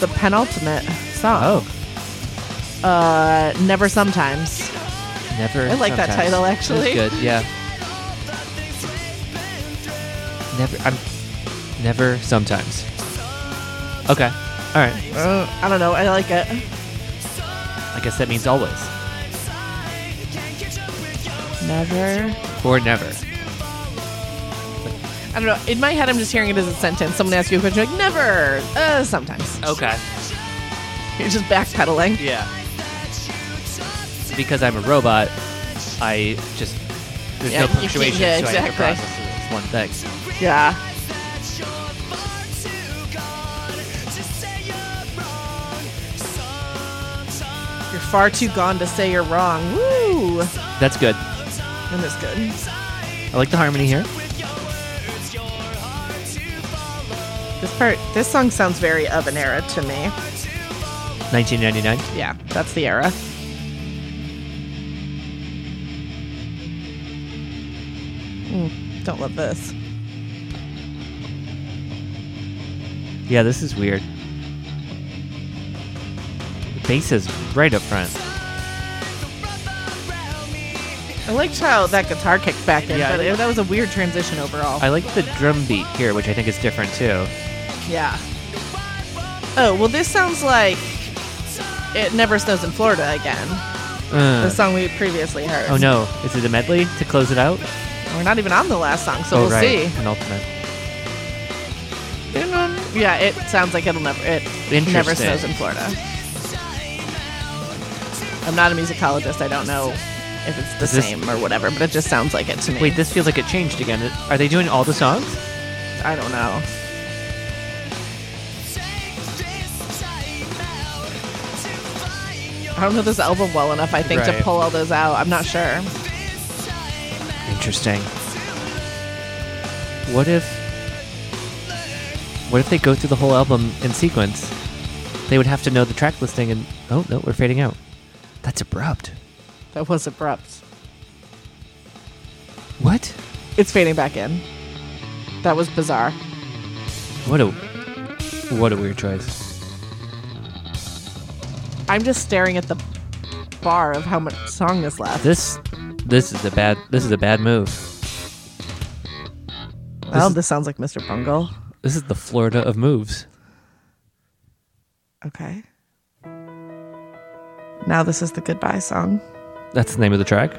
B: the penultimate song.
A: Oh,
B: Uh, Never Sometimes.
A: Never.
B: I like that
A: Sometimes.
B: title,
A: It was
B: actually.
A: good, yeah. Never. I'm. Never. Sometimes. Okay. All right.
B: Uh, I don't know. I like it.
A: I guess that means always
B: Never.
A: or never.
B: I don't know. In my head, I'm just hearing it as a sentence. Someone asks you a question, you're like, never. Uh, sometimes.
A: Okay.
B: You're just backpedaling.
A: Yeah. Because I'm a robot, I just there's
B: Yeah,
A: no
B: you can't-
A: punctuation,
B: yeah,
A: so I have to
B: exactly.
A: process it as one thing.
B: Yeah. You're far too gone to say you're wrong. Woo!
A: That's good.
B: And it's good.
A: I like the harmony here.
B: This part, this song sounds very of an era to me.
A: 1999.
B: Yeah, that's the era. Mm, don't love this.
A: Yeah, this is weird. The bass is right up front.
B: I liked how that guitar kicked back in,
A: Yeah,
B: but
A: I-
B: it, that was a weird transition overall.
A: I like the drum beat here, which I think is different too.
B: Yeah. Oh, well, this sounds like It Never Snows in Florida again. The
A: Uh,
B: song we previously heard.
A: oh no, is it a medley to close it out?
B: We're not even on the last song, so
A: oh
B: we'll
A: right, penultimate.
B: see. Yeah, it sounds like it'll never it never
A: Interesting.
B: snows in Florida. I'm not a musicologist. I don't know if it's the
A: Is this-
B: same or whatever, but it just sounds like it to me.
A: Wait, this feels like it changed again. Are they doing all the songs?
B: I don't know. I don't know this album well enough, I think,
A: Right.
B: to pull all those out. I'm not sure.
A: Interesting. What if What if they go through the whole album in sequence? They would have to know the track listing and oh no, we're fading out. That's abrupt.
B: That was abrupt.
A: What?
B: It's fading back in. That was bizarre.
A: What a What a weird choice.
B: I'm just staring at the bar of how much song is left.
A: This this is a bad this is a bad move.
B: well,
A: is-
B: Oh, this sounds like Mr. Bungle.
A: This is the Florida of moves.
B: Okay. Now this is the goodbye song.
A: That's the name of the track.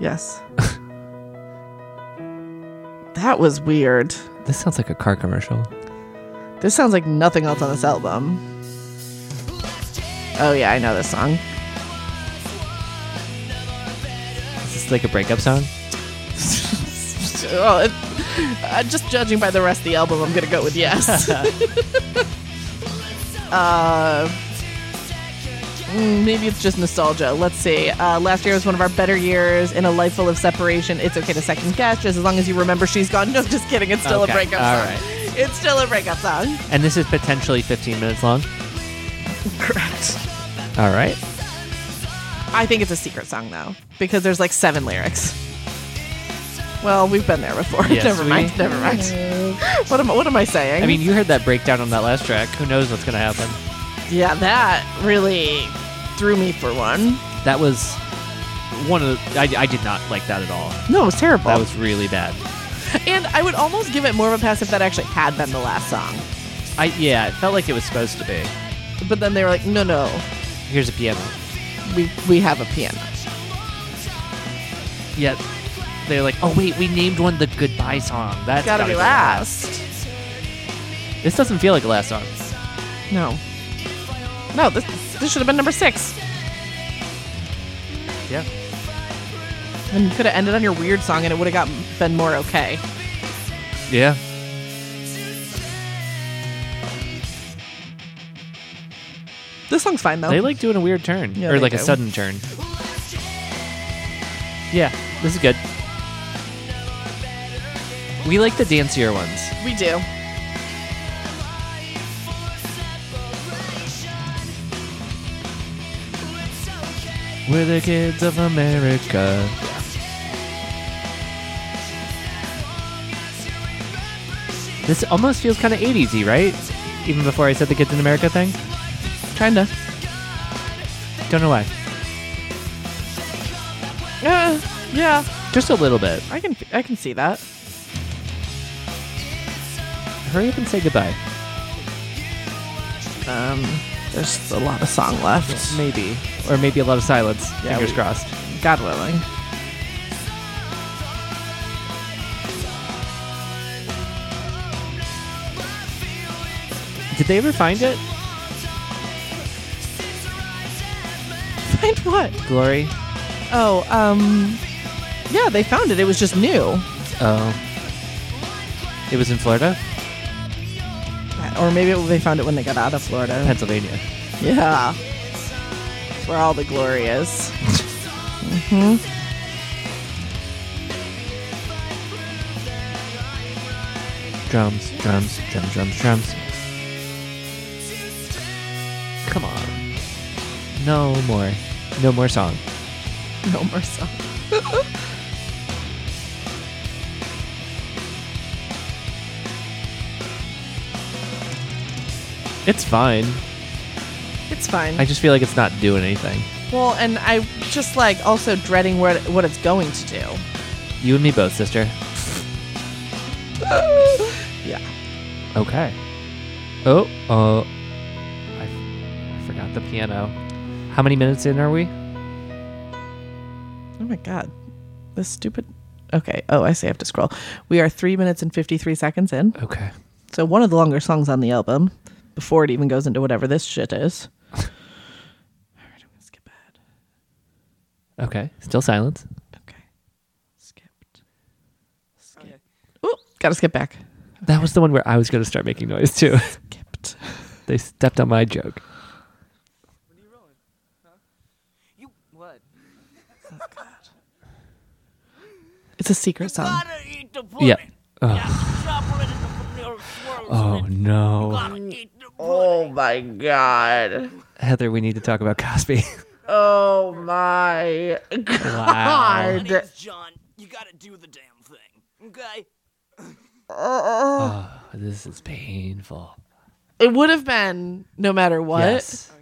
B: Yes. that was weird.
A: This sounds like a car commercial.
B: This sounds like nothing else on this album. Oh yeah, I know this song.
A: It's like a breakup song.
B: well, it, uh, just judging by the rest of the album, I'm gonna go with yes. uh, mm, maybe it's just nostalgia. Let's see. Uh, last year was one of our better years. In a life full of separation, it's okay to second guess, just as long as you remember she's gone. No, just kidding. It's still
A: Okay,
B: a breakup
A: all
B: song.
A: right.
B: It's still a breakup song.
A: And this is potentially 15 minutes long.
B: Correct.
A: All right.
B: I think it's a secret song though, because there's like seven lyrics. Well, we've been there before.
A: Yes,
B: never
A: we-
B: mind. Never mind. what am What am I saying?
A: I mean, you heard that breakdown on that last track. Who knows what's going to happen?
B: yeah, that really threw me for one.
A: That was one of the. I, I did not like that at all.
B: No, it was terrible.
A: That was really bad.
B: and I would almost give it more of a pass if that actually had been the last song.
A: I Yeah, it felt like it was supposed to be.
B: But then they were like, no, no,
A: Here's a piano.
B: we we have a piano.
A: Yet they're like, oh, wait, we named one the goodbye song. That's
B: Gotta
A: gotta
B: be
A: the
B: last.
A: This doesn't feel like a last song.
B: No. No, this this should have been number six.
A: Yeah.
B: And you could have ended on your weird song, and it would have got been more okay.
A: Yeah.
B: This song's fine though.
A: They like doing a weird turn
B: Oh. Yeah,
A: or
B: they
A: like a
B: do.
A: sudden turn. Yeah, this is good. We like the dancier ones.
B: We do.
A: We're the kids of America. This almost feels kind of 80s y, right? Even before I said the Kids in America thing?
B: Kinda.
A: Don't know why.
B: Yeah, Eh, yeah.
A: Just a little bit.
B: I can I can see that.
A: Hurry up and say goodbye.
B: Um, there's a lot of song left.
A: Maybe. Or maybe a lot of silence.
B: Yeah,
A: Fingers
B: we-
A: crossed.
B: God willing.
A: Did they ever find it?
B: Find what?
A: Glory?
B: Oh, um, yeah, they found it. It was just new, Um.
A: Oh. It was in Florida?
B: or maybe it- they found it when they got out of Florida.
A: Pennsylvania.
B: Yeah, It's where all the glory is.
A: Drums, drums, drums, drums, drums. Come on. No more. No more song.
B: No more song.
A: It's fine.
B: It's fine.
A: I just feel like it's not doing anything.
B: well, and I just like also dreading what what it's going to do.
A: You and me both, sister.
B: yeah.
A: Okay. Oh, uh. I, I forgot the piano. How many minutes in are we?
B: Oh my god. This stupid Okay. Oh, I see I have to scroll. We are three minutes and fifty three seconds in.
A: Okay.
B: So one of the longer songs on the album before it even goes into whatever this shit is. Alright, I'm gonna skip ahead.
A: Okay. Still silence.
B: Okay. Skipped. Skip. Ooh, gotta skip back.
A: That was the one where I was going to start making noise too.
B: Skipped.
A: they stepped on my joke.
B: It's a secret song.
A: Yeah. Oh no.
B: Oh my god.
A: Heather, we need to talk about Cosby.
B: Oh my
A: Wow.
E: name's John. You gotta do the damn thing, okay?
A: Oh, this is painful.
B: It would have been no matter what.
A: Yes.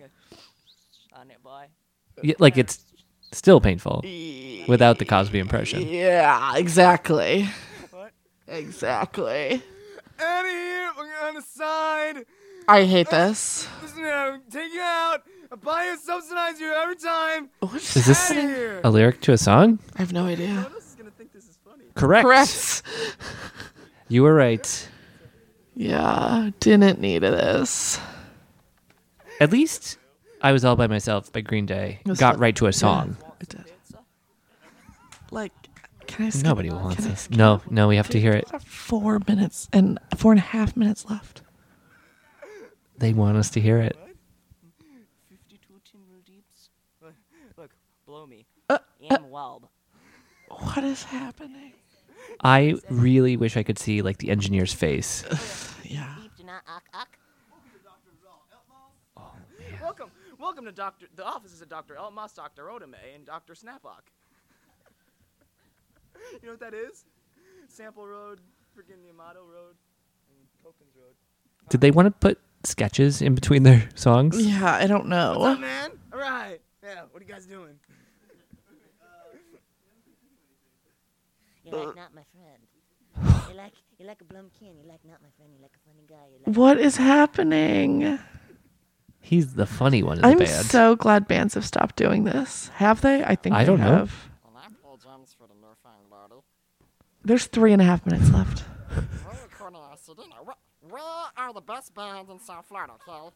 E: On it, boy.
A: Yeah, like it's still painful without the Cosby impression.
B: Yeah, exactly. Exactly.
F: out of here. We're on the side.
B: I hate this.
F: Listen, I'll take you out. I'll buy you, subsidize you every time.
B: What is
A: Is this
B: happening?
A: a lyric to a song?
B: I have no idea.
A: Correct.
B: Correct.
A: You were right.
B: Yeah, didn't need this.
A: At least I was all by myself by Green Day.
B: was
A: Got
B: still-
A: right to a song.
B: It did. like, can I? Skip,
G: Nobody wants
B: can I
G: this.
B: skip?
A: No, no, we have to hear it.
B: There are Four minutes and four and a half minutes left.
A: They want us to hear it.
E: 52 timber deeps. Look, Look, blow me. Yam walb.
B: What is happening?
A: I really wish I could see like the engineer's face.
B: Yeah.
E: Deep do not uck uck.
F: Welcome, welcome to Doctor. The offices of Doctor Elmas, Doctor Otome, and Doctor Snaplock. you know what that is? Sample Road, freaking Yamato Road, and Copen's Road.
A: Did they want to put sketches in between their songs?
B: Yeah, I don't
F: What's up,
B: know.
F: man? All right. Yeah. What are you guys doing?
H: You're like not my friend. You're like you're like a blumpkin. You're like not my friend. You're like a funny guy. You're like
B: What is happening?
A: He's the funny one in the
B: I'm
A: band.
B: so glad bands have stopped doing this. Have they? I think
A: I
B: they
A: don't know.
B: have.
E: Well, I apologize for the newfound lardo.
B: There's three and a half minutes left.
E: We're recording our CD now. Where, where are the best bands in South Florida, okay?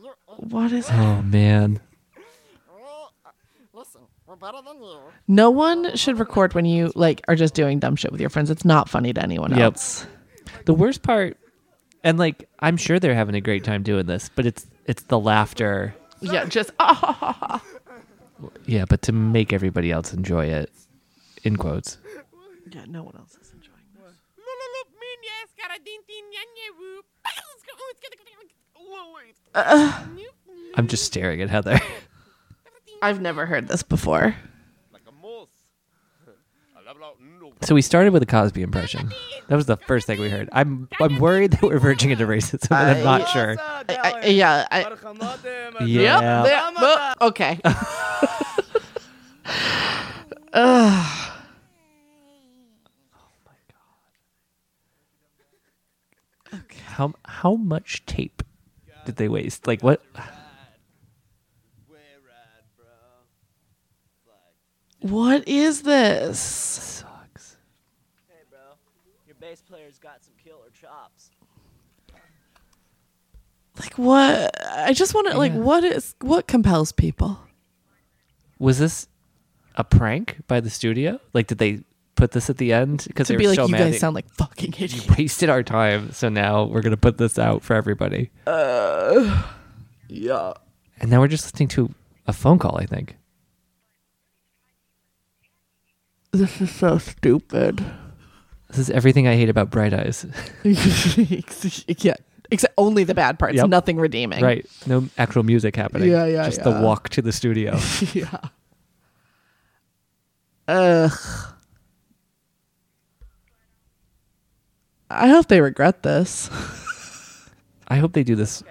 E: You, uh,
B: What is
A: oh man.
E: we, uh, listen, we're better than you.
B: No one should record when you like are just doing dumb shit with your friends. It's not funny to anyone
A: Yep.
B: else.
A: The worst part and like I'm sure they're having a great time doing this, but it's it's the laughter.
B: Yeah, just ah,
A: Yeah, but to make everybody else enjoy it. In quotes.
B: yeah, no one else is enjoying this.
A: I'm just staring at Heather.
B: I've never heard this before.
A: So we started with a Cosby impression. That was the first thing we heard. I'm I'm worried that we're verging into racism, but I'm not sure.
B: I, I, yeah, I, yep.
A: Yeah.
B: yeah, well, okay.
A: How how much tape did they waste? Like what?
B: what is this?
A: Sucks.
E: Hey, bro. Your bass player's got some killer chops.
B: Like what? I just want to like
A: Yeah.
B: what is what compels people?
A: Was this a prank by the studio? Like did they put this at the end because
B: To
A: they
B: be
A: were
B: like
A: so
B: you
A: mad
B: guys
A: they
B: sound like fucking idiots.
A: wasted our time, so now we're gonna put this out for everybody.
B: Yeah.
A: And now we're just listening to a phone call. I think
B: This is so stupid.
A: this is everything I hate about Bright Eyes.
B: yeah. Except only the bad parts.
A: Yep.
B: Nothing redeeming.
A: right? No actual music happening.
B: Yeah, yeah,
A: Just
B: yeah.
A: the walk to the studio.
B: yeah. Ugh. I hope they regret this.
A: I hope they do this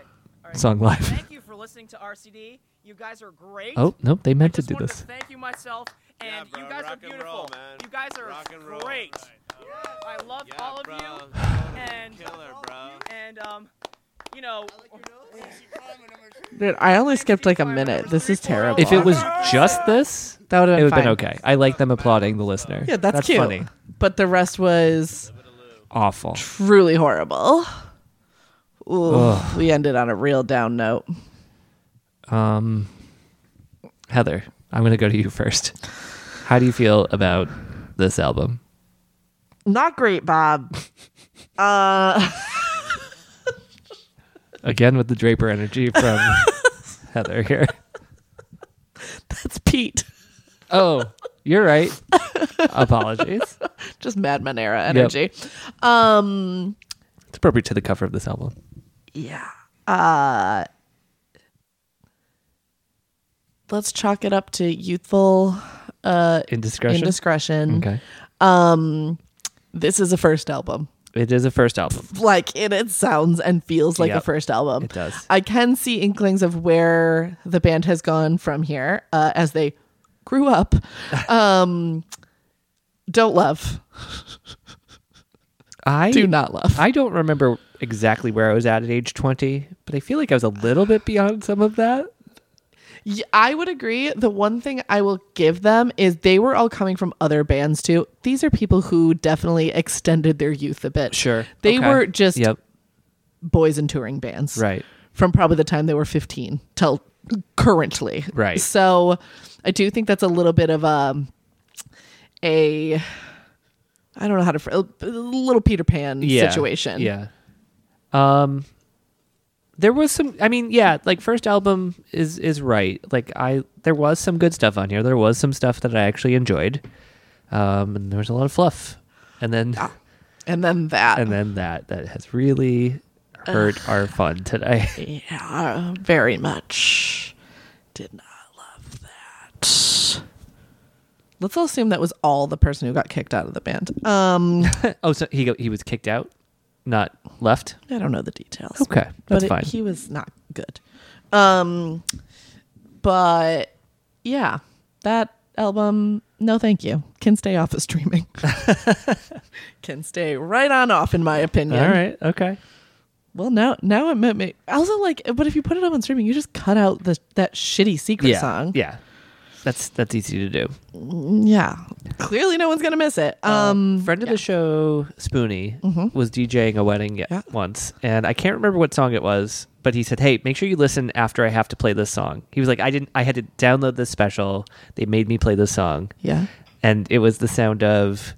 A: song live.
F: Thank you for listening to RCD. You guys are great.
A: Oh no, they meant to
F: Just
A: do
F: wanted
A: this.
F: to thank you myself, and
I: bro,
F: you guys are
I: rock and
F: beautiful.
I: roll, man.
F: You guys are
I: Rock and roll.
F: great. I love
I: Yeah,
F: all of
I: bro.
F: you, and
I: Killer, bro.
F: and um, you know,
B: Dude, I only skipped like a minute. This is terrible.
A: If it was just this,
B: that would
A: it
B: have
A: would have
B: been,
A: been okay. I like them applauding the listener.
B: Yeah, that's, cute.
A: funny.
B: But the rest was
A: Awful.
B: truly horrible. Ooh,
A: Ugh.
B: we ended on a real down note.
A: Um, Heather, I'm going to go to you first. How do you feel about this album?
B: Not great, Bob. Uh,
A: Again, with the Draper energy from Heather here.
B: that's Pete.
A: Oh, you're right. Apologies.
B: Just Mad Men era energy. Um,
A: It's appropriate to the cover of this album.
B: Yeah. Uh let's chalk it up to youthful uh
A: Indiscretion.
B: indiscretion.
A: okay.
B: This is a first album.
A: It is a first album.
B: Like it it sounds and feels like a
A: Yep.
B: first album.
A: It does.
B: I can see inklings of where the band has gone from here uh, as they grew up. Um don't love.
A: I
B: Do not love.
A: I don't remember exactly where I was at at age 20, but I feel like I was a little bit beyond some of that.
B: Y- I would agree. The one thing I will give them is they were all coming from other bands too. These are people who definitely extended their youth a bit. They
A: Okay.
B: were just
A: Yep.
B: boys and touring bands.
A: Right.
B: From probably the time they were 15 till currently.
A: Right.
B: So I do think that's a little bit of a um, a I don't know how to fr- a little Peter Pan
A: yeah,
B: situation.
A: Yeah. Um there was some I mean, yeah, like first album is is right. Like I there was some good stuff on here. There was some stuff that I actually enjoyed. Um and there was a lot of fluff. And then
B: Ah, and then that.
A: and then that that has really hurt our fun today.
B: yeah, very much. Did not love that. Let's all assume that was all the person who got kicked out of the band. Um,
A: oh, so he go, he was kicked out, not left.
B: I don't know the details.
A: Okay,
B: but
A: that's
B: it-
A: fine.
B: he was not good. Um, but yeah, that album. No, thank you. Can stay off of streaming. Can stay right on off, in my opinion.
A: All right. Okay.
B: Well, now now it meant me. Also, like, but if you put it up on streaming, you just cut out the that shitty secret
A: Yeah.
B: song.
A: Yeah. That's that's easy to do.
B: Yeah. Clearly, no one's gonna miss it. Um,
A: friend of the show Spoony was DJing a wedding ye-
B: Yeah.
A: once, and I can't remember what song it was, but he said, "Hey, make sure you listen after I have to play this song." He was like, "I didn't. I had to download this special. They made me play this song,
B: yeah.
A: and it was the sound of."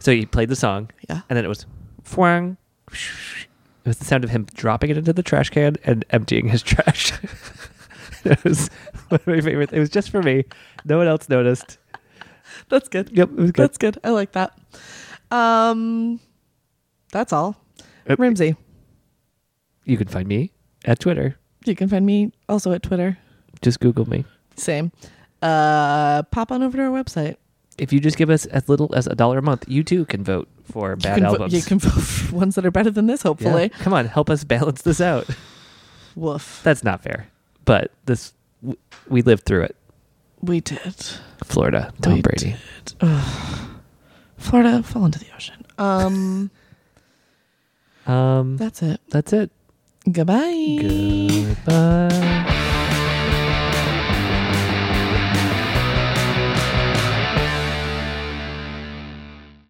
A: So he played the song,
B: Yeah.
A: and then it was, Fwang. It was the sound of him dropping it into the trash can and emptying his trash. it was one of my favorite. It was just for me. No one else noticed.
B: That's good.
A: Yep, it was good.
B: That's good. I like that. Um, that's all.
A: Yep.
B: Ramsey,
A: You can find me at Twitter.
B: you can find me also at Twitter.
A: Just Google me.
B: Same. Uh, pop on over to our website.
A: if you just give us as little as a dollar a month, you too can vote for bad
B: you can
A: albums.
B: Vo- you can vote for ones that are better than this,
A: Yeah.
B: hopefully.
A: Come on, help us balance this out.
B: Woof.
A: That's not fair, but this w- we lived through it.
B: We did.
A: Florida, Tom
B: We
A: Brady.
B: did. Ugh. Florida, fall into the ocean. Um,
A: Um,
B: that's it.
A: that's it.
B: Goodbye.
A: Goodbye.